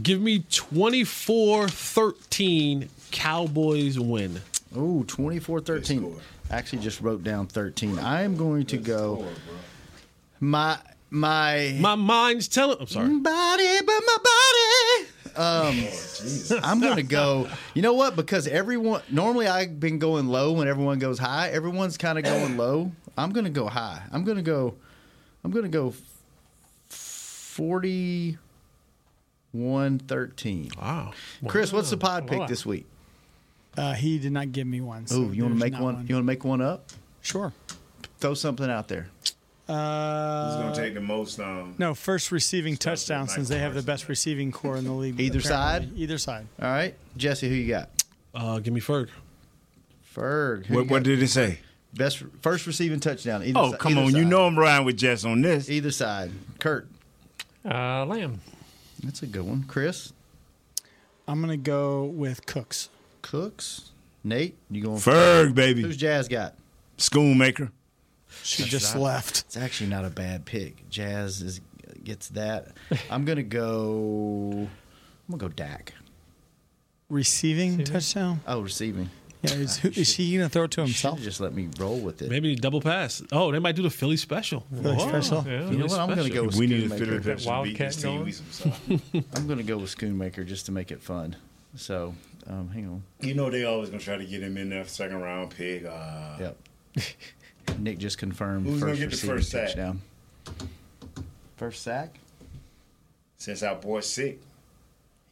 [SPEAKER 2] Give me 24-13 Cowboys win.
[SPEAKER 1] Oh, 24 13. Actually, just wrote down 13. I am going to go. My. My
[SPEAKER 2] my mind's telling. I'm sorry.
[SPEAKER 1] Body, but my body. Um, I'm gonna go. You know what? Because everyone normally I've been going low when everyone goes high. Everyone's kind of going low. I'm gonna go high. I'm gonna go. I'm gonna go. Forty-one thirteen.
[SPEAKER 2] Wow,
[SPEAKER 1] Chris, what's the pod
[SPEAKER 5] Wow.
[SPEAKER 1] pick this week?
[SPEAKER 5] Uh, he did not give me one. so
[SPEAKER 1] Oh, you want to
[SPEAKER 5] there's
[SPEAKER 1] make
[SPEAKER 5] not
[SPEAKER 1] one? You want to make one up?
[SPEAKER 5] Sure.
[SPEAKER 1] Throw something out there.
[SPEAKER 5] Uh,
[SPEAKER 3] Who's gonna take the most? Um,
[SPEAKER 5] No, first receiving touchdown since they have the best receiving core in the league.
[SPEAKER 1] Either
[SPEAKER 5] apparently.
[SPEAKER 1] side?
[SPEAKER 5] Either side.
[SPEAKER 1] All right, Jesse, who you got?
[SPEAKER 2] Uh, give me Ferg.
[SPEAKER 1] Ferg.
[SPEAKER 3] What- what did
[SPEAKER 1] he
[SPEAKER 3] it say?
[SPEAKER 1] Best first receiving touchdown. Either
[SPEAKER 3] oh
[SPEAKER 1] si-
[SPEAKER 3] come
[SPEAKER 1] either
[SPEAKER 3] on!
[SPEAKER 1] side.
[SPEAKER 3] You know I'm riding with Jess on this.
[SPEAKER 1] Either side, Kurt.
[SPEAKER 4] Uh, Lamb.
[SPEAKER 1] That's a good one, Chris.
[SPEAKER 5] I'm gonna go with Cooks.
[SPEAKER 1] Cooks. Nate, you going
[SPEAKER 3] Ferg, baby.
[SPEAKER 1] Who's Jazz got?
[SPEAKER 3] Schoonmaker.
[SPEAKER 5] She
[SPEAKER 3] just
[SPEAKER 5] left.
[SPEAKER 1] It's actually not a bad pick. Jazz is, gets <laughs> that. I'm gonna go. I'm gonna go Dak.
[SPEAKER 5] Receiving touchdown.
[SPEAKER 1] Oh, receiving.
[SPEAKER 5] Yeah, is, who, is he gonna throw it to himself?
[SPEAKER 1] Just let me roll with it.
[SPEAKER 2] Maybe double pass. Oh, they might do the Philly special.
[SPEAKER 5] Philly
[SPEAKER 2] Whoa.
[SPEAKER 5] special?
[SPEAKER 2] Yeah,
[SPEAKER 5] You know
[SPEAKER 2] Philly
[SPEAKER 1] what? I'm gonna
[SPEAKER 2] special.
[SPEAKER 1] go with Schoonmaker.
[SPEAKER 3] going?
[SPEAKER 1] I'm gonna go with Schoonmaker just to make it fun. So, um, hang on.
[SPEAKER 3] <laughs> You know they always gonna try to get him in there second round pick. Uh,
[SPEAKER 1] Yep.
[SPEAKER 3] <laughs>
[SPEAKER 1] Nick just confirmed
[SPEAKER 3] Who's gonna
[SPEAKER 1] first
[SPEAKER 3] get the
[SPEAKER 1] receiving
[SPEAKER 3] first sack?
[SPEAKER 1] touchdown. First sack.
[SPEAKER 3] Since our boy's sick,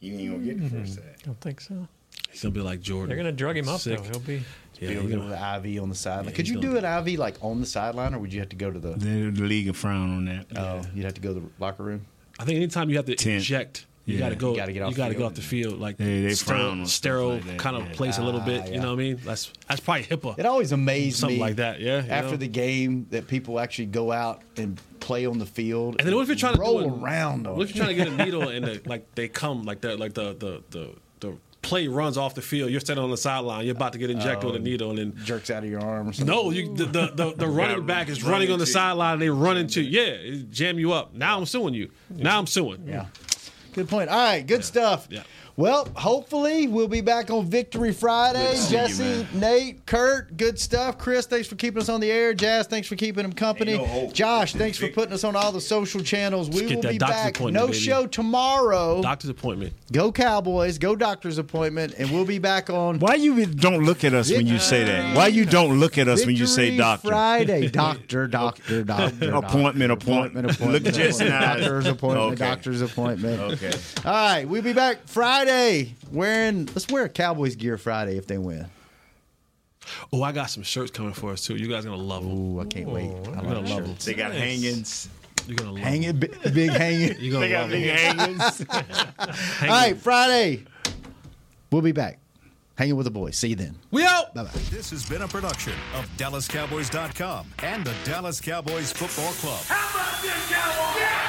[SPEAKER 3] you ain't gonna get the first
[SPEAKER 2] Mm-hmm.
[SPEAKER 3] sack.
[SPEAKER 4] Don't think so.
[SPEAKER 2] He's gonna be like Jordan.
[SPEAKER 4] They're gonna drug him up
[SPEAKER 2] Sick.
[SPEAKER 4] though. He'll be.
[SPEAKER 2] Yeah,
[SPEAKER 1] Build
[SPEAKER 2] he's
[SPEAKER 1] it
[SPEAKER 2] gonna-
[SPEAKER 1] with an IV on the sideline. Could
[SPEAKER 2] he's
[SPEAKER 1] you
[SPEAKER 2] gonna
[SPEAKER 1] do an IV like on the sideline, or would you have to go to the?
[SPEAKER 3] The, the league will frown on that.
[SPEAKER 1] Oh, you'd have to go to the locker room.
[SPEAKER 2] I think anytime you have to inject, you
[SPEAKER 1] Yeah.
[SPEAKER 2] gotta go.
[SPEAKER 1] You gotta get off
[SPEAKER 2] you gotta
[SPEAKER 1] field.
[SPEAKER 2] go off the field. Like
[SPEAKER 3] They- they frown on
[SPEAKER 2] sterile,
[SPEAKER 3] stuff
[SPEAKER 2] sterile
[SPEAKER 3] like that,
[SPEAKER 2] kind of
[SPEAKER 3] yeah.
[SPEAKER 2] place a little
[SPEAKER 1] Ah,
[SPEAKER 2] bit.
[SPEAKER 1] yeah.
[SPEAKER 2] You know what I mean? That's that's probably HIPAA.
[SPEAKER 1] It always amazed
[SPEAKER 2] Something
[SPEAKER 1] me,
[SPEAKER 2] like that, yeah, you
[SPEAKER 1] After
[SPEAKER 2] know?
[SPEAKER 1] the game, that people actually go out and play on the field.
[SPEAKER 2] And then what if you're trying to
[SPEAKER 1] roll
[SPEAKER 2] do a-
[SPEAKER 1] around? on
[SPEAKER 2] What if you're trying to get
[SPEAKER 1] <laughs>
[SPEAKER 2] a needle and the, like they come like that like the the the. the Play runs off the field. You're standing on the sideline. You're about to get injected with a
[SPEAKER 1] Oh.
[SPEAKER 2] needle, and then
[SPEAKER 1] jerks out of your arm. Or something.
[SPEAKER 2] no, you, the, the the the
[SPEAKER 1] Gotta
[SPEAKER 2] running back is
[SPEAKER 1] run
[SPEAKER 2] running on the
[SPEAKER 1] into you.
[SPEAKER 2] sideline. They run into you. yeah, it jam you up. Now I'm suing you. Now I'm suing.
[SPEAKER 1] Yeah. Hmm. Good point. All right, good stuff.
[SPEAKER 2] Yeah.
[SPEAKER 1] Well, hopefully we'll be back on Victory Friday.
[SPEAKER 2] Good to see you,
[SPEAKER 1] Jesse,
[SPEAKER 2] man.
[SPEAKER 1] Nate, Kurt, good stuff. Chris, thanks for keeping us on the air. Jazz, thanks for keeping him company.
[SPEAKER 2] Ain't no hope.
[SPEAKER 1] Josh, thanks
[SPEAKER 2] <laughs>
[SPEAKER 1] for putting us on all the social channels. We
[SPEAKER 2] Let's get
[SPEAKER 1] will
[SPEAKER 2] that
[SPEAKER 1] be
[SPEAKER 2] doctor's
[SPEAKER 1] back.
[SPEAKER 2] appointment,
[SPEAKER 1] No
[SPEAKER 2] baby.
[SPEAKER 1] show tomorrow.
[SPEAKER 2] Doctor's appointment.
[SPEAKER 1] Go Cowboys. Go doctor's appointment, and we'll be back on.
[SPEAKER 3] Why you don't look at us when you say that? Why you don't look at us when you say
[SPEAKER 1] Victory
[SPEAKER 3] doctor?
[SPEAKER 2] <laughs>
[SPEAKER 1] Friday, doctor, doctor, doctor, doctor.
[SPEAKER 3] appointment, appointment,
[SPEAKER 1] appointment,
[SPEAKER 3] Look at Jess
[SPEAKER 1] appointment,
[SPEAKER 3] now.
[SPEAKER 1] Doctor's appointment.
[SPEAKER 3] Okay.
[SPEAKER 1] Doctor's appointment.
[SPEAKER 3] Okay.
[SPEAKER 1] All right, we'll be back Friday. Wearing let's wear Cowboys gear Friday if they win.
[SPEAKER 2] Oh, I got some shirts coming for us too. You guys are gonna love them.
[SPEAKER 1] Ooh, I can't wait. I
[SPEAKER 2] You're
[SPEAKER 1] love
[SPEAKER 2] gonna love them.
[SPEAKER 1] shirts.
[SPEAKER 3] They got hangings.
[SPEAKER 2] You're gonna love
[SPEAKER 1] Hang it, bi- big hanging.
[SPEAKER 2] You're gonna
[SPEAKER 3] They got
[SPEAKER 2] love
[SPEAKER 3] big
[SPEAKER 2] them.
[SPEAKER 3] hangings.
[SPEAKER 1] All right, Friday. We'll be back. Hanging with the boys. See you then.
[SPEAKER 2] We out.
[SPEAKER 6] This has been a production of DallasCowboys.com and the Dallas Cowboys Football Club.
[SPEAKER 11] How about this, Cowboys? Yeah!